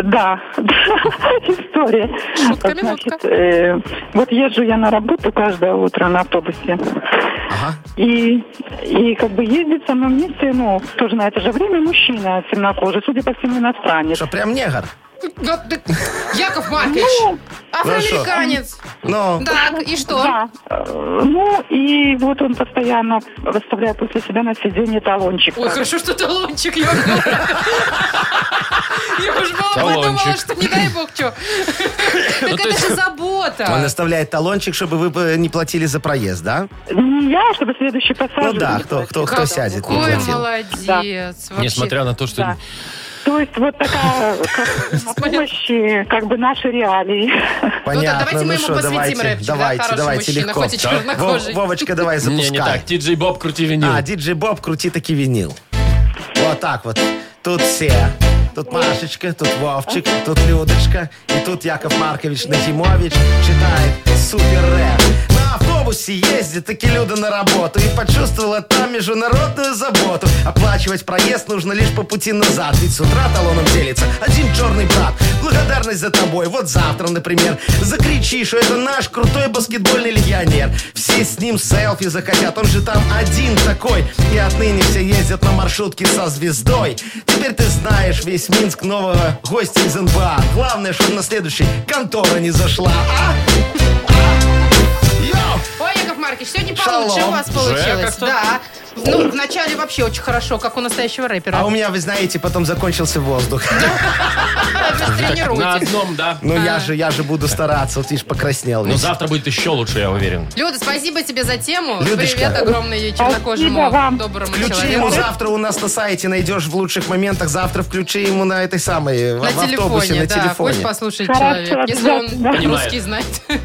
[SPEAKER 9] Да, история.
[SPEAKER 1] Шутка-минутка.
[SPEAKER 9] Значит, э, вот езжу я на работу каждое утро на автобусе.
[SPEAKER 3] Ага.
[SPEAKER 9] И, и как бы ездит со мной вместе, ну, тоже на это же время мужчина темнокожий, судя по всему, иностранец.
[SPEAKER 3] Что, прям негр?
[SPEAKER 1] Да, да, Яков Маркович,
[SPEAKER 9] Ну,
[SPEAKER 1] афроамериканец.
[SPEAKER 3] Ну,
[SPEAKER 1] Так, и что?
[SPEAKER 9] да. Э, Ну, и вот он постоянно выставляет после себя на сиденье талончик.
[SPEAKER 1] Ой, хорошо, что талончик, Яков Маркович. Я уж была подумала,
[SPEAKER 2] Талончик.
[SPEAKER 1] что не дай бог что.
[SPEAKER 2] Ну,
[SPEAKER 1] Так
[SPEAKER 2] то
[SPEAKER 1] это
[SPEAKER 2] есть-
[SPEAKER 1] же
[SPEAKER 3] он
[SPEAKER 1] забота.
[SPEAKER 3] оставляет талончик, чтобы вы бы не платили за проезд, да?
[SPEAKER 9] Не я, а чтобы следующий
[SPEAKER 3] Ну
[SPEAKER 9] пассажир...
[SPEAKER 3] да,
[SPEAKER 9] не
[SPEAKER 3] кто, кто, кто
[SPEAKER 1] Какой
[SPEAKER 3] сядет, не платил.
[SPEAKER 1] молодец. вообще.
[SPEAKER 2] Несмотря на то, что...
[SPEAKER 9] Да. То есть вот такая как, на помощи, как ну, наши реалии.
[SPEAKER 3] Понятно,
[SPEAKER 1] давайте мы
[SPEAKER 3] ну
[SPEAKER 1] ему
[SPEAKER 3] что,
[SPEAKER 1] посвятим
[SPEAKER 3] давайте,
[SPEAKER 1] рэпчик, да,
[SPEAKER 3] давайте,
[SPEAKER 1] хороший
[SPEAKER 3] давайте,
[SPEAKER 1] мужчина,
[SPEAKER 3] легко.
[SPEAKER 1] хоть и чернокожий.
[SPEAKER 3] Вов- Вовочка, давай,
[SPEAKER 2] Не, не
[SPEAKER 3] запускай.
[SPEAKER 2] так. Диджей Боб, крути винил.
[SPEAKER 3] А, диджей Боб, крути таки винил. Вот так вот. Тут все. Тут Машечка, тут Вовчик, тут Людочка. И тут Яков Маркович Нахимович читает супер рэп. На автобусе ездит таки Люда на работу И почувствовала там международную заботу Оплачивать проезд нужно лишь по пути назад Ведь с утра талоном делится один черный брат Благодарность за тобой, вот завтра, например Закричи, что это наш крутой баскетбольный легионер Все с ним селфи захотят, он же там один такой И отныне все ездят на маршрутке со звездой Теперь ты знаешь весь Минск нового гостя из НБА Главное, чтобы на следующий контора не зашла, а? А? Йоу!
[SPEAKER 1] Ой, Яков Маркович, сегодня
[SPEAKER 3] Шалом.
[SPEAKER 1] получше у вас получилось.
[SPEAKER 2] как-то-
[SPEAKER 1] Да. Ну, вначале вообще очень хорошо, как у настоящего рэпера.
[SPEAKER 3] А у меня, вы знаете, потом закончился воздух.
[SPEAKER 1] Вы
[SPEAKER 2] На
[SPEAKER 1] тренируете.
[SPEAKER 2] одном, да.
[SPEAKER 3] Ну я же, я же буду стараться. Вот видишь, покраснел.
[SPEAKER 2] Ну,
[SPEAKER 3] весь.
[SPEAKER 2] завтра будет еще лучше, я уверен.
[SPEAKER 1] Люда, спасибо тебе за тему.
[SPEAKER 3] Людочка.
[SPEAKER 1] Привет огромный чернокожему
[SPEAKER 9] Спасибо вам.
[SPEAKER 1] доброму
[SPEAKER 3] Включи
[SPEAKER 1] человеку.
[SPEAKER 3] ему завтра у нас на сайте, найдешь в лучших моментах. Завтра включи ему на этой самой, в,
[SPEAKER 1] На
[SPEAKER 3] в автобусе,
[SPEAKER 1] телефоне,
[SPEAKER 3] на
[SPEAKER 1] да, пусть
[SPEAKER 3] телефоне.
[SPEAKER 1] послушает
[SPEAKER 9] Хорошо,
[SPEAKER 1] человек, если он
[SPEAKER 9] обязательно.
[SPEAKER 2] Понимаю.
[SPEAKER 1] русский знает.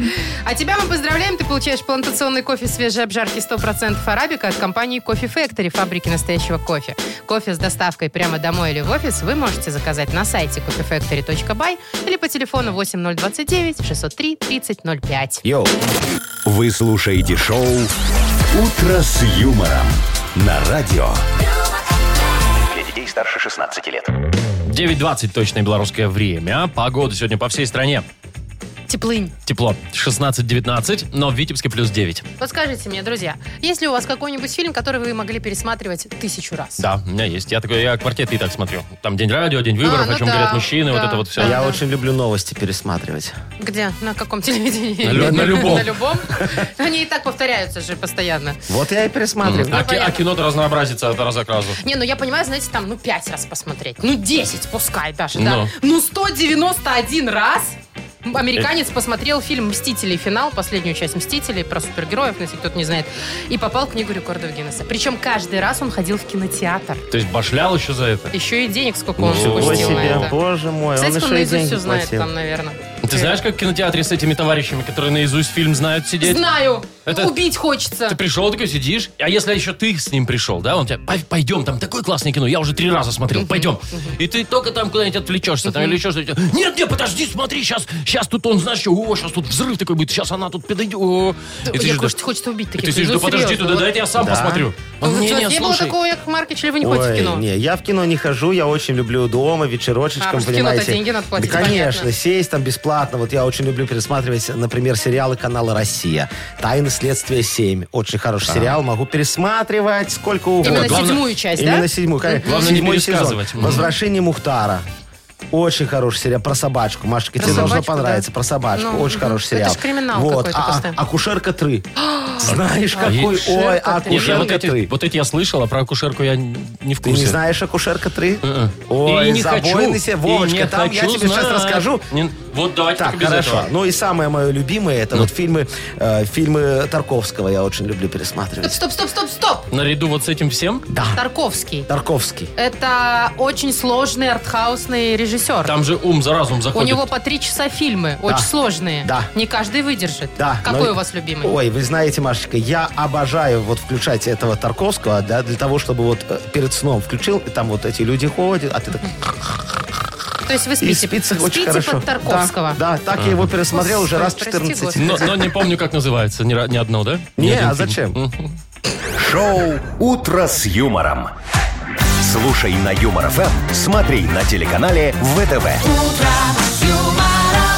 [SPEAKER 1] А тебя мы поздравляем, ты получаешь плантационный кофе свежей обжарки 100% арабика от компании Coffee Factory, фабрики настоящего кофе. Кофе с доставкой прямо домой или в офис вы можете заказать на сайте coffeefactory.by или по телефону 8029 603 3005.
[SPEAKER 3] Йоу.
[SPEAKER 4] Вы слушаете шоу «Утро с юмором» на радио.
[SPEAKER 6] Для детей старше 16 лет.
[SPEAKER 2] 9.20 точное белорусское время. Погода сегодня по всей стране.
[SPEAKER 1] Теплынь.
[SPEAKER 2] Тепло 16-19, но в Витебске плюс 9.
[SPEAKER 1] Вот скажите мне, друзья, есть ли у вас какой-нибудь фильм, который вы могли пересматривать тысячу раз?
[SPEAKER 2] Да, у меня есть. Я такой, я квартет и так смотрю. Там день радио, день выборов,
[SPEAKER 1] А,
[SPEAKER 2] о
[SPEAKER 1] ну
[SPEAKER 2] чем
[SPEAKER 1] да,
[SPEAKER 2] говорят мужчины, вот
[SPEAKER 1] да.
[SPEAKER 2] это вот все.
[SPEAKER 1] Да.
[SPEAKER 3] А Я очень люблю новости пересматривать.
[SPEAKER 1] Где? На каком телевидении?
[SPEAKER 2] На лю- на любом.
[SPEAKER 1] На любом? Они и так повторяются же постоянно.
[SPEAKER 3] Вот я и
[SPEAKER 1] Ну,
[SPEAKER 3] пересматриваю.
[SPEAKER 2] А, ки- а кино-то разнообразится от раза к разу.
[SPEAKER 1] Не, ну я понимаю, знаете, там, ну, пять раз посмотреть. Ну, 10 пускай даже,
[SPEAKER 2] Ну.
[SPEAKER 1] да. Ну, 191 раз американец
[SPEAKER 2] Э.
[SPEAKER 1] посмотрел фильм «Мстители. Финал», последнюю часть «Мстителей» про супергероев, ну, если кто-то не знает, и попал в книгу рекордов Гиннесса. Причем каждый раз он ходил в кинотеатр.
[SPEAKER 2] То есть башлял еще за это.
[SPEAKER 1] Еще и денег сколько он
[SPEAKER 2] Ничего
[SPEAKER 3] Ничего
[SPEAKER 1] выпустил на
[SPEAKER 3] себе,
[SPEAKER 1] это.
[SPEAKER 3] боже мой.
[SPEAKER 1] Кстати,
[SPEAKER 3] он
[SPEAKER 1] он
[SPEAKER 3] еще и
[SPEAKER 1] наизусть
[SPEAKER 3] деньги
[SPEAKER 1] все знает
[SPEAKER 3] платил.
[SPEAKER 1] там, наверное.
[SPEAKER 2] Ты знаешь, как в кинотеатре с этими товарищами, которые наизусть фильм знают, сидеть?
[SPEAKER 1] Знаю.
[SPEAKER 2] Это-
[SPEAKER 1] Убить хочется.
[SPEAKER 2] Ты пришел, такой сидишь, а если еще ты с ним пришел, да, он тебя, «Пой- пойдем, там такое классное кино, я уже три раза смотрел, пойдем. И ты только там куда-нибудь отвлечешься, там или еще что-то. Нет, нет, подожди, смотри, сейчас, сейчас тут он, знаешь, что, о, сейчас тут взрыв такой будет, сейчас она тут подойдет. о». И ты
[SPEAKER 1] Яков
[SPEAKER 2] сидишь, да-
[SPEAKER 1] Маркович, хочется убить
[SPEAKER 2] и
[SPEAKER 1] таких.
[SPEAKER 2] ты сидишь, да
[SPEAKER 1] ну,
[SPEAKER 2] подожди,
[SPEAKER 1] серьезно,
[SPEAKER 2] туда,
[SPEAKER 1] вот.
[SPEAKER 2] дайте я сам
[SPEAKER 3] Да.
[SPEAKER 2] посмотрю.
[SPEAKER 3] Ну,
[SPEAKER 2] Он,
[SPEAKER 1] Вот
[SPEAKER 2] не,
[SPEAKER 1] у вас
[SPEAKER 2] не,
[SPEAKER 1] не было
[SPEAKER 2] слушай.
[SPEAKER 1] такого, Яков Маркович, или вы не ходите в
[SPEAKER 3] Ой,
[SPEAKER 1] кино?
[SPEAKER 3] Не, я в кино не хожу, я очень люблю дома,
[SPEAKER 1] А,
[SPEAKER 3] вечерочечком,
[SPEAKER 1] потому что кино-то
[SPEAKER 3] понимаете.
[SPEAKER 1] деньги надо платить,
[SPEAKER 3] да, конечно,
[SPEAKER 1] понятно.
[SPEAKER 3] сесть там бесплатно. Вот я очень люблю пересматривать, например, сериалы канала «Россия». «Тайны следствия 7». Очень хороший сериал, могу пересматривать сколько угодно.
[SPEAKER 1] Именно
[SPEAKER 2] главное-
[SPEAKER 1] седьмую часть, да?
[SPEAKER 3] Именно седьмую, конечно.
[SPEAKER 2] Главное не
[SPEAKER 3] Седьмой сезон.
[SPEAKER 2] пересказывать. Мгм.
[SPEAKER 3] Возвращение Мухтара. Очень хороший сериал про собачку. Машечка,
[SPEAKER 1] Про
[SPEAKER 3] тебе должно
[SPEAKER 1] собачку,
[SPEAKER 3] понравиться.
[SPEAKER 1] да.
[SPEAKER 3] Про собачку.
[SPEAKER 1] Ну,
[SPEAKER 3] Очень
[SPEAKER 1] мгм.
[SPEAKER 3] хороший
[SPEAKER 1] Это
[SPEAKER 3] сериал.
[SPEAKER 1] ж криминал
[SPEAKER 3] вот.
[SPEAKER 1] какой-то
[SPEAKER 3] а- а-
[SPEAKER 1] постоянно.
[SPEAKER 3] Акушерка 3. Знаешь, какой?
[SPEAKER 2] Акушерка
[SPEAKER 3] Ой,
[SPEAKER 1] три.
[SPEAKER 2] Нет, я вот
[SPEAKER 3] акушерка
[SPEAKER 2] эти-
[SPEAKER 3] 3.
[SPEAKER 2] вот эти я слышал, а про акушерку я не в
[SPEAKER 3] Ты не
[SPEAKER 2] курсе.
[SPEAKER 3] знаешь «Акушерка 3»?
[SPEAKER 2] Э-э.
[SPEAKER 3] Ой,
[SPEAKER 2] М-м. И не
[SPEAKER 3] забойный
[SPEAKER 2] хочу.
[SPEAKER 3] се-
[SPEAKER 2] и
[SPEAKER 3] Вовочка,
[SPEAKER 2] не
[SPEAKER 3] там я
[SPEAKER 2] хочу
[SPEAKER 3] тебе сейчас
[SPEAKER 2] знать.
[SPEAKER 3] расскажу.
[SPEAKER 2] Не- Вот давайте
[SPEAKER 3] Так,
[SPEAKER 2] только без
[SPEAKER 3] хорошо.
[SPEAKER 2] этого. Ну.
[SPEAKER 3] Ну и самое мое любимое, это вот фильмы, э, фильмы Тарковского я очень люблю пересматривать.
[SPEAKER 1] Стоп, стоп, стоп, стоп!
[SPEAKER 2] Наряду вот с этим всем,
[SPEAKER 3] Да,
[SPEAKER 1] Тарковский.
[SPEAKER 3] Тарковский.
[SPEAKER 1] Это очень сложный артхаусный режиссер.
[SPEAKER 2] там же ум за разум
[SPEAKER 1] у
[SPEAKER 2] заходит.
[SPEAKER 1] него по три часа фильмы, очень сложные.
[SPEAKER 3] Да.
[SPEAKER 1] Не каждый выдержит.
[SPEAKER 3] Да.
[SPEAKER 1] Какой
[SPEAKER 3] но-
[SPEAKER 1] у вас любимый?
[SPEAKER 3] Ой, вы знаете, Машечка, я обожаю вот включать этого Тарковского, да, для того, чтобы вот э, перед сном включил, и там вот эти люди ходят, а ты так...
[SPEAKER 1] То есть вы
[SPEAKER 3] И
[SPEAKER 1] спите,
[SPEAKER 3] спится очень
[SPEAKER 1] спите
[SPEAKER 3] хорошо.
[SPEAKER 1] под Тарковского.
[SPEAKER 3] Да, да, так я его пересмотрел уже раз
[SPEAKER 1] Господи, прости,
[SPEAKER 3] 14.
[SPEAKER 2] Но, но не помню, как называется. Ни, ра- ни одно, да? Ни
[SPEAKER 3] Не,
[SPEAKER 2] один
[SPEAKER 3] а
[SPEAKER 2] фильм.
[SPEAKER 3] зачем?
[SPEAKER 4] Шоу «Утро с юмором». Слушай на Юмор ФМ, смотри на телеканале ВТВ.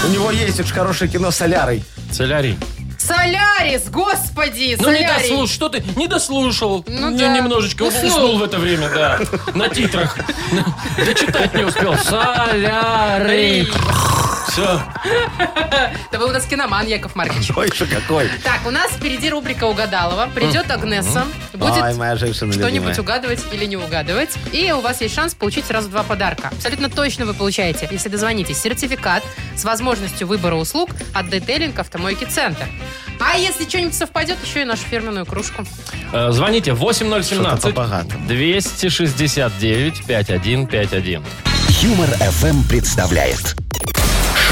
[SPEAKER 3] У него есть очень хорошее кино «Солярий».
[SPEAKER 2] Солярий.
[SPEAKER 1] Солярис, господи,
[SPEAKER 2] Ну, не
[SPEAKER 1] Солярис.
[SPEAKER 2] дослушал. Что ты? Не дослушал.
[SPEAKER 1] Ну
[SPEAKER 2] Не-
[SPEAKER 1] да.
[SPEAKER 2] Немножечко уснул.
[SPEAKER 1] Уснул.
[SPEAKER 2] в это время, да. На титрах. Дочитать не успел. Солярий. Все.
[SPEAKER 1] Это был у нас киноман Яков Маркович.
[SPEAKER 3] Ой, что какой.
[SPEAKER 1] Так, у нас впереди рубрика «Угадалова». Придет Агнеса. Будет
[SPEAKER 3] Ой, моя женщина
[SPEAKER 1] что-нибудь
[SPEAKER 3] любимая.
[SPEAKER 1] угадывать или не угадывать. И у вас есть шанс получить сразу два подарка. Абсолютно точно вы получаете, если дозвонитесь, сертификат с возможностью выбора услуг от детейлинг автомойки «Центр». А если что-нибудь совпадет, еще и нашу фирменную кружку.
[SPEAKER 2] Э, Звоните
[SPEAKER 3] Что-то
[SPEAKER 2] 8017
[SPEAKER 3] по-богатому.
[SPEAKER 2] 269 5151.
[SPEAKER 4] Юмор ФМ представляет.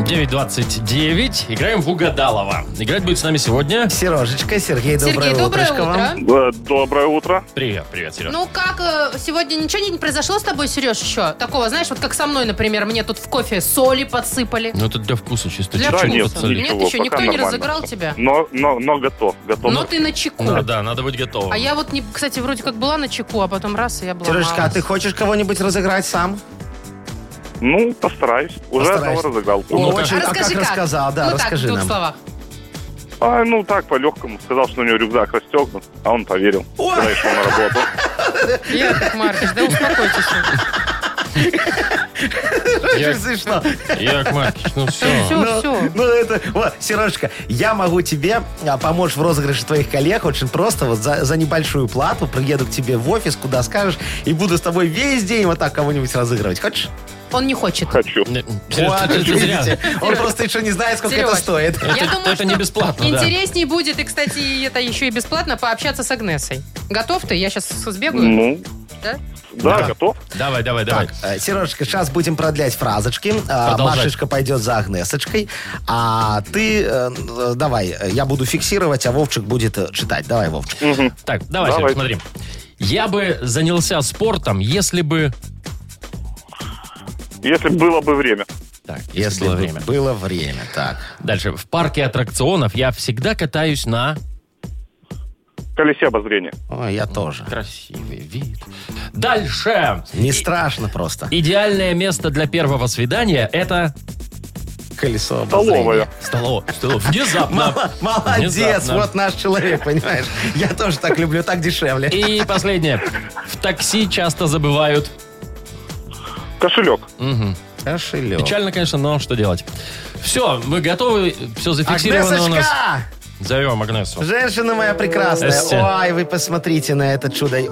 [SPEAKER 2] 929. Играем в Угадалова. Играть будет с нами сегодня.
[SPEAKER 3] Сережечка, Сергей, доброе,
[SPEAKER 1] Сергей, доброе
[SPEAKER 3] утречко
[SPEAKER 1] утро.
[SPEAKER 3] вам.
[SPEAKER 7] Доброе утро.
[SPEAKER 2] Привет, привет, Серега.
[SPEAKER 1] Ну как, э, сегодня ничего не произошло с тобой, Сереж, еще? Такого, знаешь, вот как со мной, например, мне тут в кофе соли подсыпали.
[SPEAKER 2] Ну, это для вкуса чисто.
[SPEAKER 1] Для
[SPEAKER 2] чуть-чуть
[SPEAKER 1] вкуса.
[SPEAKER 7] нет,
[SPEAKER 2] подсолить.
[SPEAKER 1] Нет,
[SPEAKER 7] ничего,
[SPEAKER 1] еще никто
[SPEAKER 7] пока
[SPEAKER 1] не
[SPEAKER 7] нормально.
[SPEAKER 1] разыграл тебя.
[SPEAKER 7] Но, но, но готов. готов.
[SPEAKER 1] Но ты на чеку.
[SPEAKER 2] Ну, да, надо быть готовым.
[SPEAKER 1] А я вот, не, кстати, вроде как была на чеку, а потом раз, и я была
[SPEAKER 3] Сережечка, а ты хочешь кого-нибудь разыграть сам?
[SPEAKER 7] Ну, постараюсь. Уже
[SPEAKER 3] Постараюсь.
[SPEAKER 7] одного разыграл.
[SPEAKER 3] О,
[SPEAKER 2] Ну-ка.
[SPEAKER 3] очень, а как
[SPEAKER 1] расскажи
[SPEAKER 3] рассказал, да,
[SPEAKER 1] ну, так,
[SPEAKER 3] расскажи
[SPEAKER 1] в двух
[SPEAKER 3] нам.
[SPEAKER 1] словах.
[SPEAKER 7] А, ну так, по-легкому. Сказал, что у него рюкзак расстегнут, а он поверил.
[SPEAKER 3] Ой.
[SPEAKER 7] Когда я шел на работу.
[SPEAKER 1] Яков Маркович, да успокойтесь.
[SPEAKER 2] Я-
[SPEAKER 3] Смешно.
[SPEAKER 2] Яков Маркович, ну все.
[SPEAKER 1] Все,
[SPEAKER 3] Ну,
[SPEAKER 1] все.
[SPEAKER 3] ну, это, вот, Сережечка, я могу тебе а, помочь в розыгрыше твоих коллег очень просто, вот за, за небольшую плату приеду к тебе в офис, куда скажешь, и буду с тобой весь день вот так кого-нибудь разыгрывать. Хочешь?
[SPEAKER 1] Он не хочет.
[SPEAKER 7] Хочу.
[SPEAKER 3] Вот, видите, Он просто еще не знает, сколько это
[SPEAKER 1] Сереж,
[SPEAKER 3] стоит.
[SPEAKER 1] Я
[SPEAKER 2] Это-
[SPEAKER 1] думаю,
[SPEAKER 2] это не
[SPEAKER 1] что
[SPEAKER 2] бесплатно, да.
[SPEAKER 1] Интересней будет, и, кстати, и это еще и бесплатно, пообщаться с Агнесой. Готов ты? Я сейчас сбегаю.
[SPEAKER 7] Ну,
[SPEAKER 1] Да?
[SPEAKER 7] да,
[SPEAKER 3] Да.
[SPEAKER 7] готов.
[SPEAKER 2] Давай, давай, давай.
[SPEAKER 3] Э, Сережечка, сейчас будем продлять фразочки. А,
[SPEAKER 2] Продолжать.
[SPEAKER 3] Машечка пойдет за Агнесочкой. А ты, э, э, давай, э, я буду фиксировать, а Вовчик будет э, читать. Давай, Вовчик.
[SPEAKER 2] Так, давай, Серег,
[SPEAKER 7] Давай.
[SPEAKER 2] смотри. Я бы занялся спортом, если бы...
[SPEAKER 7] Если б было бы время.
[SPEAKER 2] Так, если,
[SPEAKER 3] Если
[SPEAKER 2] было
[SPEAKER 3] бы
[SPEAKER 2] время.
[SPEAKER 3] было время, так.
[SPEAKER 2] Дальше. В парке аттракционов я всегда катаюсь на...
[SPEAKER 7] колесе обозрения.
[SPEAKER 3] Ой, я тоже.
[SPEAKER 2] Красивый вид. Дальше.
[SPEAKER 3] Не страшно просто.
[SPEAKER 2] Идеальное место для первого свидания – это
[SPEAKER 3] Колесо обозрения.
[SPEAKER 7] Столовая.
[SPEAKER 2] столово. Столово. Внезапно.
[SPEAKER 3] Мало- Молодец,
[SPEAKER 2] Внезапно.
[SPEAKER 3] вот наш человек, понимаешь? Я тоже так люблю, так дешевле.
[SPEAKER 2] И последнее. В такси часто забывают.
[SPEAKER 7] Кошелек.
[SPEAKER 2] Мгм.
[SPEAKER 3] Кошелек.
[SPEAKER 2] Печально, конечно, но что делать? Все, мы готовы. Все зафиксировано у нас.
[SPEAKER 3] Агнесочка!
[SPEAKER 2] Зовем Агнесу.
[SPEAKER 3] Женщина моя прекрасная.
[SPEAKER 2] Здрасте.
[SPEAKER 3] Ой, вы посмотрите на это чудо. Ой,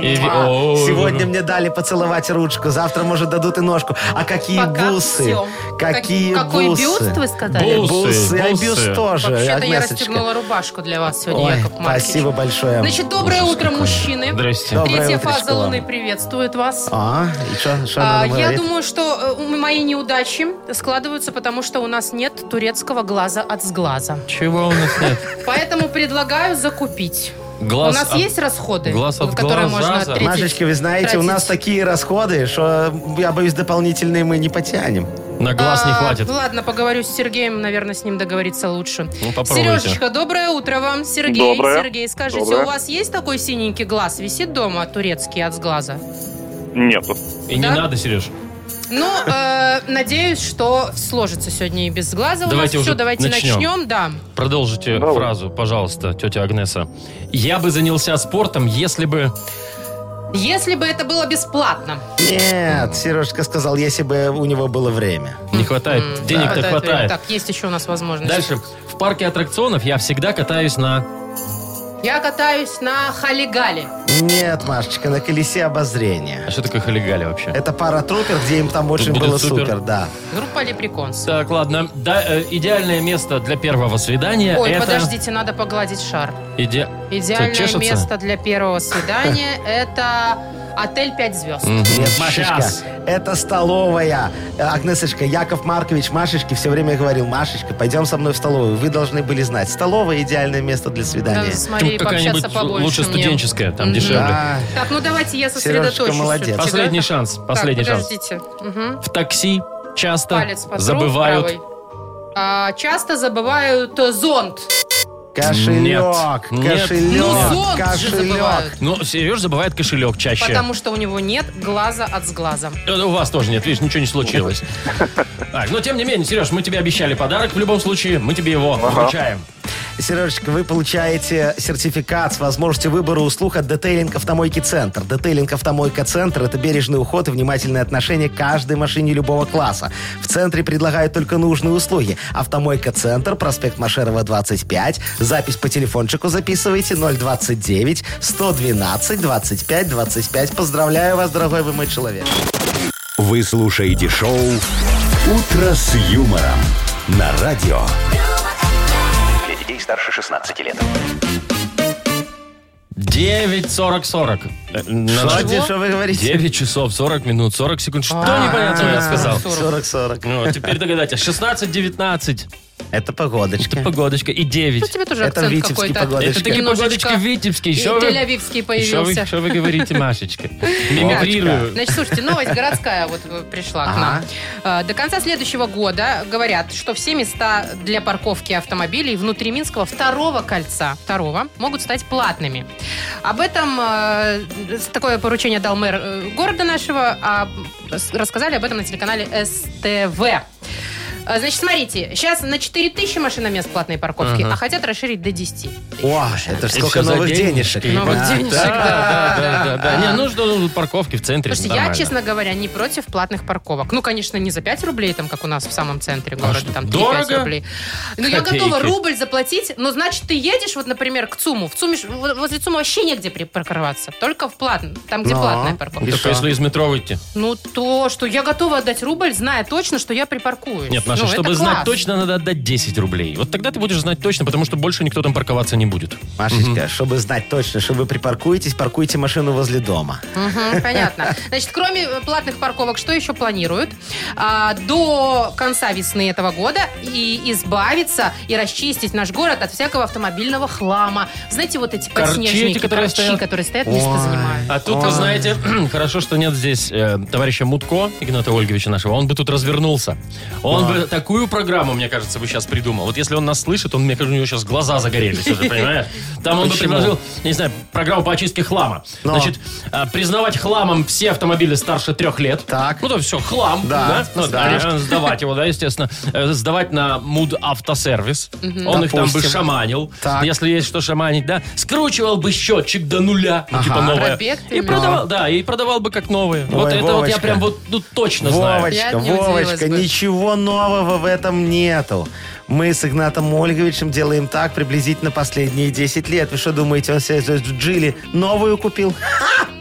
[SPEAKER 2] И ви-
[SPEAKER 3] муа.
[SPEAKER 2] Ой.
[SPEAKER 3] Сегодня мне дали поцеловать ручку, завтра, может, дадут и ножку. А какие
[SPEAKER 1] Пока
[SPEAKER 3] бусы.
[SPEAKER 1] всё.
[SPEAKER 3] Какие
[SPEAKER 1] Как- Какой
[SPEAKER 3] бусы.
[SPEAKER 1] бюст вы сказали?
[SPEAKER 2] Бус.
[SPEAKER 3] Бусы, а
[SPEAKER 2] Бусы.
[SPEAKER 3] бюст тоже.
[SPEAKER 1] Вообще-то я
[SPEAKER 3] Агнесочка.
[SPEAKER 1] расстегнула рубашку для вас сегодня,
[SPEAKER 3] Ой,
[SPEAKER 1] Яков Маркович.
[SPEAKER 3] спасибо большое.
[SPEAKER 1] Значит, доброе утро, мужчины.
[SPEAKER 2] Здрасте.
[SPEAKER 3] Доброе
[SPEAKER 1] Третья
[SPEAKER 3] утречко
[SPEAKER 1] фаза
[SPEAKER 3] вам.
[SPEAKER 1] Луны приветствует вас.
[SPEAKER 3] А, и что, что
[SPEAKER 1] А,
[SPEAKER 3] надо
[SPEAKER 1] я
[SPEAKER 3] говорить?
[SPEAKER 1] думаю, что э, мои неудачи складываются, потому что у нас нет турецкого глаза от сглаза.
[SPEAKER 2] Чего у нас нет?
[SPEAKER 1] Поэтому предлагаю закупить.
[SPEAKER 2] Глаз
[SPEAKER 1] у нас
[SPEAKER 2] от-
[SPEAKER 1] есть расходы,
[SPEAKER 2] глаз от
[SPEAKER 1] которые
[SPEAKER 2] глаза
[SPEAKER 1] можно
[SPEAKER 2] за-
[SPEAKER 1] отметить?
[SPEAKER 3] Машечка, вы знаете, у нас
[SPEAKER 1] тратить.
[SPEAKER 3] такие расходы, что, я боюсь, дополнительные мы не потянем.
[SPEAKER 2] На глаз не
[SPEAKER 1] А,
[SPEAKER 2] хватит.
[SPEAKER 1] Ладно, поговорю с Сергеем, наверное, с ним договориться лучше.
[SPEAKER 2] Ну, попробуйте.
[SPEAKER 1] Сережечка, доброе утро вам. Сергей,
[SPEAKER 7] Доброе.
[SPEAKER 1] Сергей, скажите,
[SPEAKER 7] Доброе.
[SPEAKER 1] у вас есть такой синенький глаз? Висит дома турецкий от сглаза?
[SPEAKER 7] Нету.
[SPEAKER 2] И не
[SPEAKER 1] да?
[SPEAKER 2] надо, Сереж.
[SPEAKER 1] Ну, э, надеюсь, что сложится сегодня и без глаза
[SPEAKER 2] Давайте
[SPEAKER 1] у нас.
[SPEAKER 2] уже
[SPEAKER 1] Все, давайте
[SPEAKER 2] начнем.
[SPEAKER 1] начнем. да.
[SPEAKER 2] Продолжите
[SPEAKER 7] Давай.
[SPEAKER 2] фразу, пожалуйста, тетя Агнеса. Я бы занялся спортом, если бы...
[SPEAKER 1] Если бы это было бесплатно.
[SPEAKER 3] Нет, Сережка сказал, если бы у него было время.
[SPEAKER 2] Не хватает.
[SPEAKER 1] М,
[SPEAKER 2] Денег-то
[SPEAKER 1] А, да,
[SPEAKER 2] хватает.
[SPEAKER 1] Так, есть еще у нас возможность.
[SPEAKER 2] Дальше. В парке аттракционов я всегда катаюсь на...
[SPEAKER 1] Я катаюсь на халигале.
[SPEAKER 3] Нет, Машечка, на колесе
[SPEAKER 2] А
[SPEAKER 3] обозрения.
[SPEAKER 2] что такое хулигали вообще?
[SPEAKER 3] Это пара трупер, где им там очень
[SPEAKER 2] будет
[SPEAKER 3] было
[SPEAKER 2] супер.
[SPEAKER 3] супер. да.
[SPEAKER 1] Группа лепреконс.
[SPEAKER 2] Так, ладно. Да, э, идеальное место для первого свидания
[SPEAKER 1] Ой,
[SPEAKER 2] э, это...
[SPEAKER 1] подождите, надо погладить шар.
[SPEAKER 2] Иде... Что,
[SPEAKER 1] Идеальное
[SPEAKER 2] чешется?
[SPEAKER 1] место для первого свидания – это отель 5 звезд.
[SPEAKER 2] Мгм.
[SPEAKER 3] Нет, Машечка,
[SPEAKER 2] Щас.
[SPEAKER 3] это столовая. Э, Агнесочка, Яков Маркович Машечке все время говорил, Машечка, пойдем со мной в столовую. Вы должны были знать, столовая идеальное место для свидания.
[SPEAKER 1] Надо, смотри,
[SPEAKER 2] Тут какая-нибудь
[SPEAKER 1] пообщаться побольше
[SPEAKER 2] лучше
[SPEAKER 1] мне.
[SPEAKER 2] студенческая, там
[SPEAKER 1] Мгм.
[SPEAKER 2] дешевле.
[SPEAKER 3] Да.
[SPEAKER 1] Так, ну давайте я сосредоточусь.
[SPEAKER 3] молодец.
[SPEAKER 1] всё-таки, да?
[SPEAKER 2] Последний шанс, последний
[SPEAKER 1] так,
[SPEAKER 2] шанс.
[SPEAKER 1] подождите. Мгм.
[SPEAKER 2] В такси часто
[SPEAKER 1] Палец потру,
[SPEAKER 2] забывают...
[SPEAKER 1] правый. А, часто забывают э, зонт.
[SPEAKER 3] Кошелек,
[SPEAKER 2] Нет.
[SPEAKER 3] кошелек,
[SPEAKER 1] Ну, зонт же
[SPEAKER 3] кошелек.
[SPEAKER 1] забывают.
[SPEAKER 2] Ну, Сереж забывает кошелек чаще.
[SPEAKER 1] Потому что у него нет глаза от сглаза.
[SPEAKER 2] Э, У вас тоже нет, видишь, ничего не случилось. Так, но тем не менее, Сереж, мы тебе обещали подарок. В любом случае, мы тебе его вручаем.
[SPEAKER 3] Сережечка, вы получаете сертификат с возможностью выбора услуг от Детейлинг Автомойки Центр. Детейлинг Автомойка Центр – это бережный уход и внимательное отношение к каждой машине любого класса. В центре предлагают только нужные услуги. Автомойка Центр, проспект Машерова, 25. Запись по телефончику записывайте 029 112 25 25. Поздравляю вас, дорогой вы мой человек.
[SPEAKER 4] Вы слушаете шоу «Утро с юмором» на радио.
[SPEAKER 6] Для детей старше 16 лет.
[SPEAKER 2] 9.40-40. Э, на
[SPEAKER 3] Что?
[SPEAKER 2] наш-
[SPEAKER 3] Что вы говорите?
[SPEAKER 2] 9 часов 40 минут 40 секунд. Что
[SPEAKER 1] А,
[SPEAKER 2] непонятно я сказал?
[SPEAKER 3] 40-40.
[SPEAKER 2] Ну, а теперь догадайтесь. 16-19.
[SPEAKER 3] Это погодочки.
[SPEAKER 2] Погодочка. И
[SPEAKER 1] Ну,
[SPEAKER 2] 9.
[SPEAKER 1] тебе тоже
[SPEAKER 3] Это
[SPEAKER 1] акцент
[SPEAKER 3] витебский
[SPEAKER 1] какой-то.
[SPEAKER 3] погодочка.
[SPEAKER 2] Это такие
[SPEAKER 1] Ну, типа, Немножечко
[SPEAKER 2] погодочки в Витебске.
[SPEAKER 1] И
[SPEAKER 2] Еще вы,
[SPEAKER 1] тель-авивский
[SPEAKER 2] еще вы,
[SPEAKER 1] появился.
[SPEAKER 2] что вы говорите, Машечка? Мимикрирую.
[SPEAKER 1] Значит, слушайте, новость городская вот э, пришла к нам. Э, До конца следующего года говорят, что все места для парковки автомобилей внутри Минского второго кольца, второго, могут стать платными. Об этом э, такое поручение дал мэр э, города нашего, а с- рассказали об этом на телеканале СТВ. Э, Значит, смотрите, сейчас на 4 тысячи машиномест платной парковки,
[SPEAKER 2] Ага.
[SPEAKER 1] а хотят расширить до 10 тысяч.
[SPEAKER 3] О, это ж
[SPEAKER 2] Это
[SPEAKER 3] сколько
[SPEAKER 2] всё за
[SPEAKER 3] новых
[SPEAKER 2] денежки.
[SPEAKER 3] денежек.
[SPEAKER 1] Новых
[SPEAKER 3] Да.
[SPEAKER 1] денежек,
[SPEAKER 2] Да, да,
[SPEAKER 1] да,
[SPEAKER 2] да, да, да.
[SPEAKER 1] да.
[SPEAKER 2] Не, ну что, ну, парковки в центре.
[SPEAKER 1] Слушайте, я,
[SPEAKER 2] нормально.
[SPEAKER 1] честно говоря, не против платных парковок. Ну, конечно, не за 5 рублей, там, как у нас в самом центре города,
[SPEAKER 2] А что,
[SPEAKER 1] там 3-5
[SPEAKER 2] дорого?
[SPEAKER 1] рублей. Ну, я
[SPEAKER 2] Копейки.
[SPEAKER 1] готова рубль заплатить, но значит, ты едешь, вот, например, к ЦУМу. В ЦУМе, ж- в- возле ЦУМа вообще негде припарковаться. Только в платном, там,
[SPEAKER 2] Ну.
[SPEAKER 1] где
[SPEAKER 3] Но.
[SPEAKER 1] платная парковка.
[SPEAKER 3] И
[SPEAKER 2] Только
[SPEAKER 3] что?
[SPEAKER 2] если из метро выйти.
[SPEAKER 1] Ну, то, что я готова отдать рубль, зная точно, что я припаркуюсь.
[SPEAKER 2] Нет, Маша,
[SPEAKER 1] Ну, это
[SPEAKER 2] чтобы знать
[SPEAKER 1] класс.
[SPEAKER 2] точно, надо отдать 10 рублей. Вот тогда ты будешь знать точно, потому что больше никто там парковаться не будет.
[SPEAKER 3] Машечка, чтобы знать точно, что вы припаркуетесь, паркуйте машину возле дома.
[SPEAKER 1] Мгм, понятно. Значит, кроме э, платных парковок, что еще планируют? А, до конца весны этого года и избавиться и расчистить наш город от всякого автомобильного хлама. Знаете, вот эти
[SPEAKER 2] Корчи
[SPEAKER 1] подснежники,
[SPEAKER 2] эти, которые
[SPEAKER 1] корчи,
[SPEAKER 2] стоят?
[SPEAKER 1] которые стоят, место
[SPEAKER 3] Ой.
[SPEAKER 1] занимают.
[SPEAKER 2] А тут, вы знаете, хорошо, что нет здесь э, товарища Мутко, Игната Ольговича нашего. Он бы тут развернулся. Он бы Вовка такую программу, мне кажется, бы сейчас придумал. Вот если он нас слышит, он, мне кажется, у него сейчас глаза загорелись уже, понимаешь? Там он бы
[SPEAKER 3] Почему?
[SPEAKER 2] предложил, я не знаю, программу по очистке хлама.
[SPEAKER 3] Но.
[SPEAKER 2] Значит, а, признавать хламом все автомобили старше трех лет.
[SPEAKER 3] Так.
[SPEAKER 2] Ну, то все, хлам.
[SPEAKER 3] Да,
[SPEAKER 2] Ну,
[SPEAKER 3] да.
[SPEAKER 2] конечно, Сдавать его, да, естественно. Э, Сдавать на муд автосервис. Он их там бы
[SPEAKER 3] Допустим.
[SPEAKER 2] шаманил.
[SPEAKER 3] Так.
[SPEAKER 2] Если есть что шаманить, да. Скручивал бы счетчик до нуля. Ну,
[SPEAKER 3] Ага.
[SPEAKER 2] типа новое.
[SPEAKER 1] Пробег
[SPEAKER 2] И
[SPEAKER 1] именно.
[SPEAKER 2] продавал, да, и продавал бы как новые. Вот
[SPEAKER 3] Ой,
[SPEAKER 2] это вот я
[SPEAKER 3] Вовочка.
[SPEAKER 2] прям вот ну, точно знаю.
[SPEAKER 1] Я
[SPEAKER 3] Вовочка,
[SPEAKER 1] не удивилась
[SPEAKER 3] Вовочка,
[SPEAKER 1] бы.
[SPEAKER 3] ничего нового в этом нету. Мы с Игнатом Ольговичем делаем так приблизительно последние 10 лет. Вы что думаете, он себе в Джили новую купил?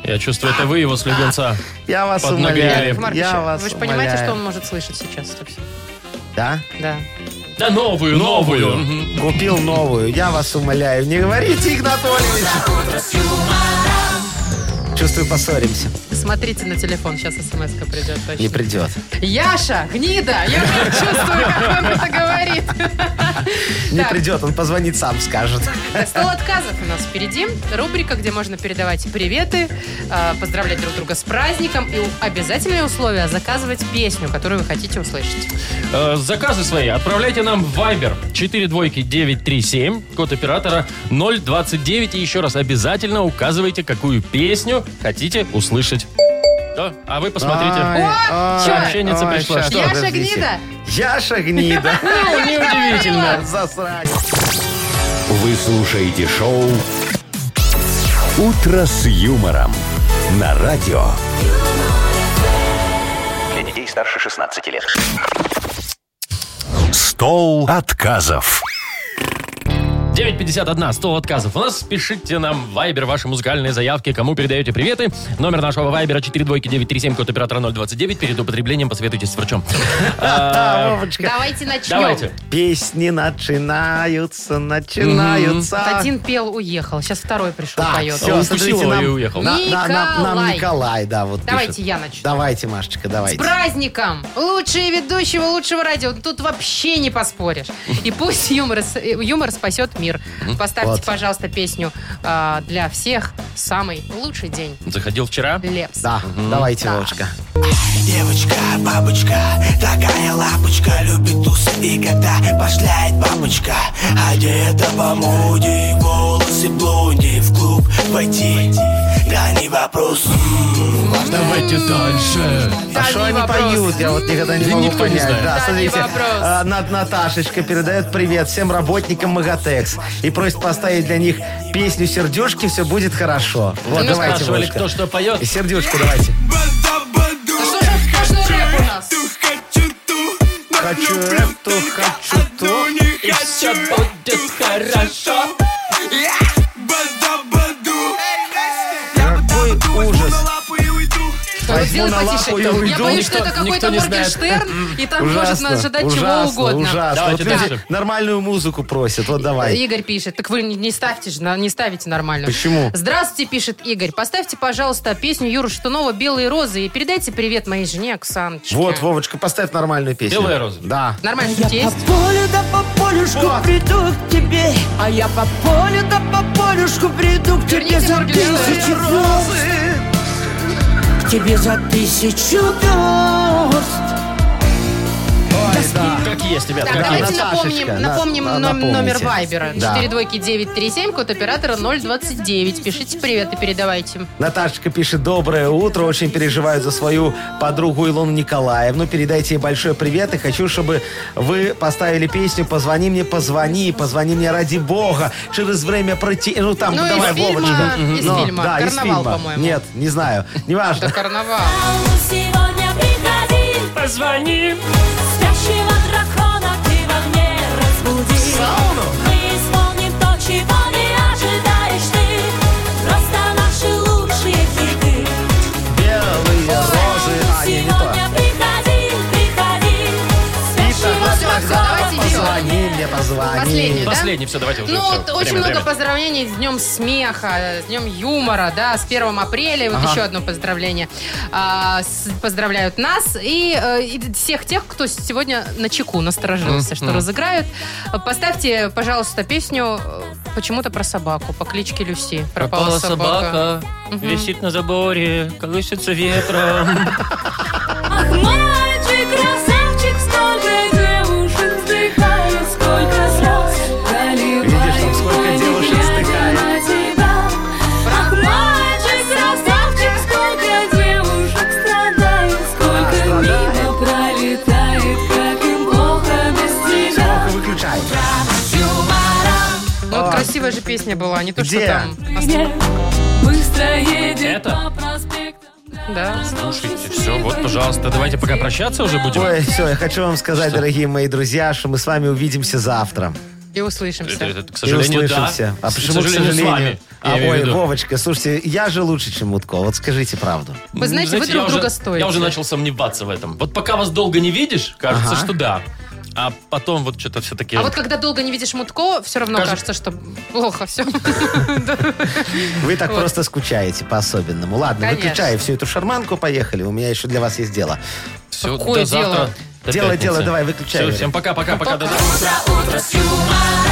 [SPEAKER 2] Я чувствую, это вы его с леденца.
[SPEAKER 3] Я вас
[SPEAKER 2] Поднагрели.
[SPEAKER 3] умоляю.
[SPEAKER 2] Яков
[SPEAKER 1] Маркович,
[SPEAKER 3] Я вас
[SPEAKER 1] вы же понимаете,
[SPEAKER 3] умоляю.
[SPEAKER 1] что он может слышать сейчас это все.
[SPEAKER 3] Да?
[SPEAKER 1] Да.
[SPEAKER 2] Да новую, новую. Мгм.
[SPEAKER 3] Купил новую. Я вас умоляю. Не говорите, Игнат Ольгович. Чувствую, поссоримся.
[SPEAKER 1] Смотрите на телефон, сейчас смс придет точно.
[SPEAKER 3] Не придет.
[SPEAKER 1] Яша, гнида! Я прям чувствую, как он это говорит.
[SPEAKER 3] Не
[SPEAKER 1] Так.
[SPEAKER 3] придет, он позвонит сам, скажет.
[SPEAKER 1] Стол отказов у нас впереди. Рубрика, где можно передавать приветы, э, поздравлять друг друга с праздником и у- обязательное условие заказывать песню, которую вы хотите услышать.
[SPEAKER 2] Э, заказы свои отправляйте нам в Viber 42937, код оператора 029. И еще раз обязательно указывайте, какую песню хотите услышать. Да, а вы посмотрите.
[SPEAKER 3] Ой,
[SPEAKER 1] О,
[SPEAKER 3] ой,
[SPEAKER 2] сообщенница
[SPEAKER 3] ой,
[SPEAKER 2] пришла.
[SPEAKER 3] щас,
[SPEAKER 2] Что?
[SPEAKER 1] Яша
[SPEAKER 3] подождите.
[SPEAKER 1] гнида?
[SPEAKER 3] Яша гнида.
[SPEAKER 2] Ну, неудивительно.
[SPEAKER 3] Засранец.
[SPEAKER 4] Вы слушаете шоу «Утро с юмором» на радио.
[SPEAKER 6] Для детей старше 16 лет.
[SPEAKER 4] Стол отказов.
[SPEAKER 2] 9.51, стол отказов. У нас пишите нам в Viber ваши музыкальные заявки, кому передаете приветы. Номер нашего Viber 42937, код оператора 029. Перед употреблением посоветуйтесь с врачом.
[SPEAKER 3] Да, Вовочка.
[SPEAKER 1] Давайте начнем.
[SPEAKER 2] Давайте.
[SPEAKER 3] Песни начинаются, начинаются.
[SPEAKER 1] Один пел, уехал. Сейчас второй пришел,
[SPEAKER 3] Так,
[SPEAKER 1] поет.
[SPEAKER 3] всё,
[SPEAKER 2] Он
[SPEAKER 3] смотрите,
[SPEAKER 2] укусил его
[SPEAKER 3] нам-
[SPEAKER 2] и уехал.
[SPEAKER 3] на- на- нам- Нам
[SPEAKER 1] Николай.
[SPEAKER 3] Николай, да, вот
[SPEAKER 1] Давайте
[SPEAKER 3] пишет.
[SPEAKER 1] я начну.
[SPEAKER 3] Давайте, Машечка,
[SPEAKER 1] С
[SPEAKER 3] давайте.
[SPEAKER 1] праздником! Лучшие ведущего лучшего радио. Тут вообще не поспоришь. И пусть юмор, с- э, юмор спасет мир. Поставьте,
[SPEAKER 3] Вот.
[SPEAKER 1] пожалуйста, песню а, для всех самый лучший день.
[SPEAKER 2] Заходил вчера.
[SPEAKER 1] Лепс.
[SPEAKER 3] Да, давайте,
[SPEAKER 1] Да.
[SPEAKER 3] Вовочка.
[SPEAKER 10] Девочка, бабочка, такая лапочка Любит тусы и когда пошляет бабочка а Одета по моде, волосы блонди В клуб войти, да не вопрос
[SPEAKER 2] Давайте дальше.
[SPEAKER 3] А что они
[SPEAKER 1] вопрос.
[SPEAKER 3] поют? Я вот никогда не
[SPEAKER 2] Да
[SPEAKER 3] могу
[SPEAKER 2] никто не
[SPEAKER 3] понять.
[SPEAKER 2] знает.
[SPEAKER 3] Да,
[SPEAKER 1] Да, не
[SPEAKER 3] смотрите,
[SPEAKER 1] вопрос.
[SPEAKER 3] а, Нат- Наташечка передает привет всем работникам Магатекс и просит поставить для них песню «Сердюшки», все будет хорошо. Вот,
[SPEAKER 2] Мы
[SPEAKER 3] давайте,
[SPEAKER 2] спрашивали,
[SPEAKER 3] Вовочка.
[SPEAKER 2] кто что поет.
[SPEAKER 3] И Сердюшку давайте.
[SPEAKER 1] Что же сплошной рэп у нас?
[SPEAKER 3] Хочу эту, хочу ту.
[SPEAKER 2] Все будет хорошо.
[SPEAKER 3] Какой ужас.
[SPEAKER 1] Что, вот
[SPEAKER 3] Возьму
[SPEAKER 1] сделай
[SPEAKER 3] на
[SPEAKER 1] потише.
[SPEAKER 3] лапу и
[SPEAKER 1] Я
[SPEAKER 3] уйду.
[SPEAKER 1] боюсь, что
[SPEAKER 2] Никто-
[SPEAKER 1] это
[SPEAKER 2] никто
[SPEAKER 1] какой-то
[SPEAKER 2] не знает.
[SPEAKER 1] Моргенштерн, и там может
[SPEAKER 3] Ужасно,
[SPEAKER 1] нас ожидать чего
[SPEAKER 3] ужасно,
[SPEAKER 1] угодно.
[SPEAKER 3] Ужасно.
[SPEAKER 2] Давайте
[SPEAKER 3] Вот люди
[SPEAKER 2] дальше.
[SPEAKER 3] нормальную музыку просят. Вот давай.
[SPEAKER 1] Игорь пишет. Так вы не- не ставьте же, на- не ставите нормально.
[SPEAKER 3] Почему?
[SPEAKER 1] Здравствуйте, пишет Игорь. Поставьте, пожалуйста, песню Юры Штунова «Белые розы» и передайте привет моей жене Оксаночке.
[SPEAKER 3] Вот, Вовочка, поставь нормальную песню.
[SPEAKER 2] Белая роза.
[SPEAKER 3] Да.
[SPEAKER 1] Нормально, что есть?
[SPEAKER 10] полю да А по полюшку
[SPEAKER 3] Вот.
[SPEAKER 10] приду к тебе А я по полю да по полюшку приду к тебе
[SPEAKER 1] Верните
[SPEAKER 10] За
[SPEAKER 1] Моргенштерна.
[SPEAKER 10] тысячу звезд К тебе за тысячу звезд
[SPEAKER 3] Ой, да.
[SPEAKER 2] Как есть, ребята,
[SPEAKER 1] Так,
[SPEAKER 2] как
[SPEAKER 3] Да,
[SPEAKER 2] есть.
[SPEAKER 1] давайте
[SPEAKER 3] Наташечка,
[SPEAKER 1] напомним,
[SPEAKER 3] на-
[SPEAKER 1] напомним
[SPEAKER 3] на-
[SPEAKER 1] ном-
[SPEAKER 3] напомните.
[SPEAKER 1] номер Вайбера.
[SPEAKER 3] Да.
[SPEAKER 1] 42937, код оператора 029. Пишите привет и передавайте.
[SPEAKER 3] Наташечка пишет, доброе утро, очень переживаю за свою подругу Илону Николаевну. Передайте ей большой привет и хочу, чтобы вы поставили песню «Позвони мне, позвони, позвони мне ради бога, через время пройти». Ну там,
[SPEAKER 1] Ну, из
[SPEAKER 3] давай,
[SPEAKER 1] фильма,
[SPEAKER 3] Вовочка.
[SPEAKER 1] из
[SPEAKER 3] Ну,
[SPEAKER 1] фильма.
[SPEAKER 3] Да, из
[SPEAKER 1] Карнавал,
[SPEAKER 3] фильма.
[SPEAKER 1] по-моему.
[SPEAKER 3] Нет, не знаю, неважно.
[SPEAKER 1] Это карнавал.
[SPEAKER 11] Сегодня приходи,
[SPEAKER 2] Позвони.
[SPEAKER 11] спящего дракона ты во мне разбуди. Мы исполним то, чего не ожидаешь ты. Просто наши лучшие хиты.
[SPEAKER 3] Белые розы. А, не, не то.
[SPEAKER 11] Сегодня приходи, приходи, спящего
[SPEAKER 1] всё, всё, давайте
[SPEAKER 11] дракона.
[SPEAKER 1] еще.
[SPEAKER 3] Позвони мне, позвони.
[SPEAKER 1] Последнюю, да?
[SPEAKER 2] Последний, все, давайте. уже
[SPEAKER 1] Ну,
[SPEAKER 2] всё,
[SPEAKER 1] вот очень
[SPEAKER 2] время,
[SPEAKER 1] много
[SPEAKER 2] время.
[SPEAKER 1] поздравлений с Днем смеха, с Днем юмора, да, с 1 апреля. Вот еще одно поздравление. А, с- поздравляют нас и, э, и всех тех, кто сегодня на чеку насторожился, что разыграют. Поставьте, пожалуйста, песню э, почему-то про собаку по кличке Люси.
[SPEAKER 2] Пропала собака, висит на заборе, колышется ветром.
[SPEAKER 11] Ах, мальчик, красавчик, столь же
[SPEAKER 1] Ну,
[SPEAKER 2] А.
[SPEAKER 1] вот красивая же песня была, не то, что
[SPEAKER 11] Где?
[SPEAKER 1] там.
[SPEAKER 11] Быстро едет
[SPEAKER 2] Это?
[SPEAKER 11] по проспектам.
[SPEAKER 1] Да.
[SPEAKER 2] Слушайте, все, вот, пожалуйста, давайте пока прощаться уже будем.
[SPEAKER 3] Ой, все, я хочу вам сказать, дорогие мои друзья, что мы с вами увидимся завтра.
[SPEAKER 1] И услышимся.
[SPEAKER 2] Это, это, к
[SPEAKER 3] И
[SPEAKER 2] сожалению, да.
[SPEAKER 3] услышимся. А
[SPEAKER 2] С-
[SPEAKER 3] почему, к
[SPEAKER 2] с
[SPEAKER 3] сожалению?
[SPEAKER 2] вами, я
[SPEAKER 3] А,
[SPEAKER 2] имею в
[SPEAKER 3] ой,
[SPEAKER 2] виду.
[SPEAKER 3] Вовочка, слушайте, я же лучше, чем Мутко. Вот скажите правду.
[SPEAKER 1] Вы знаете, вы друг
[SPEAKER 2] я уже-
[SPEAKER 1] друга стоите.
[SPEAKER 2] Я уже начал сомневаться в этом. Вот пока вас долго не видишь, кажется,
[SPEAKER 3] Ага.
[SPEAKER 2] что да. А потом вот что-то все-таки...
[SPEAKER 1] А вот когда долго не видишь Мутко, все равно кажется, что плохо все.
[SPEAKER 3] Вы так
[SPEAKER 1] Вот.
[SPEAKER 3] просто скучаете по-особенному. Ладно,
[SPEAKER 1] Конечно.
[SPEAKER 3] выключай всю эту шарманку, поехали. У меня еще для вас есть дело.
[SPEAKER 2] Все,
[SPEAKER 3] Какое дело? Дело, дело, давай, выключай.
[SPEAKER 1] Ну,
[SPEAKER 2] всем пока-пока-пока. до завтра.
[SPEAKER 11] Утро, утро с юмором.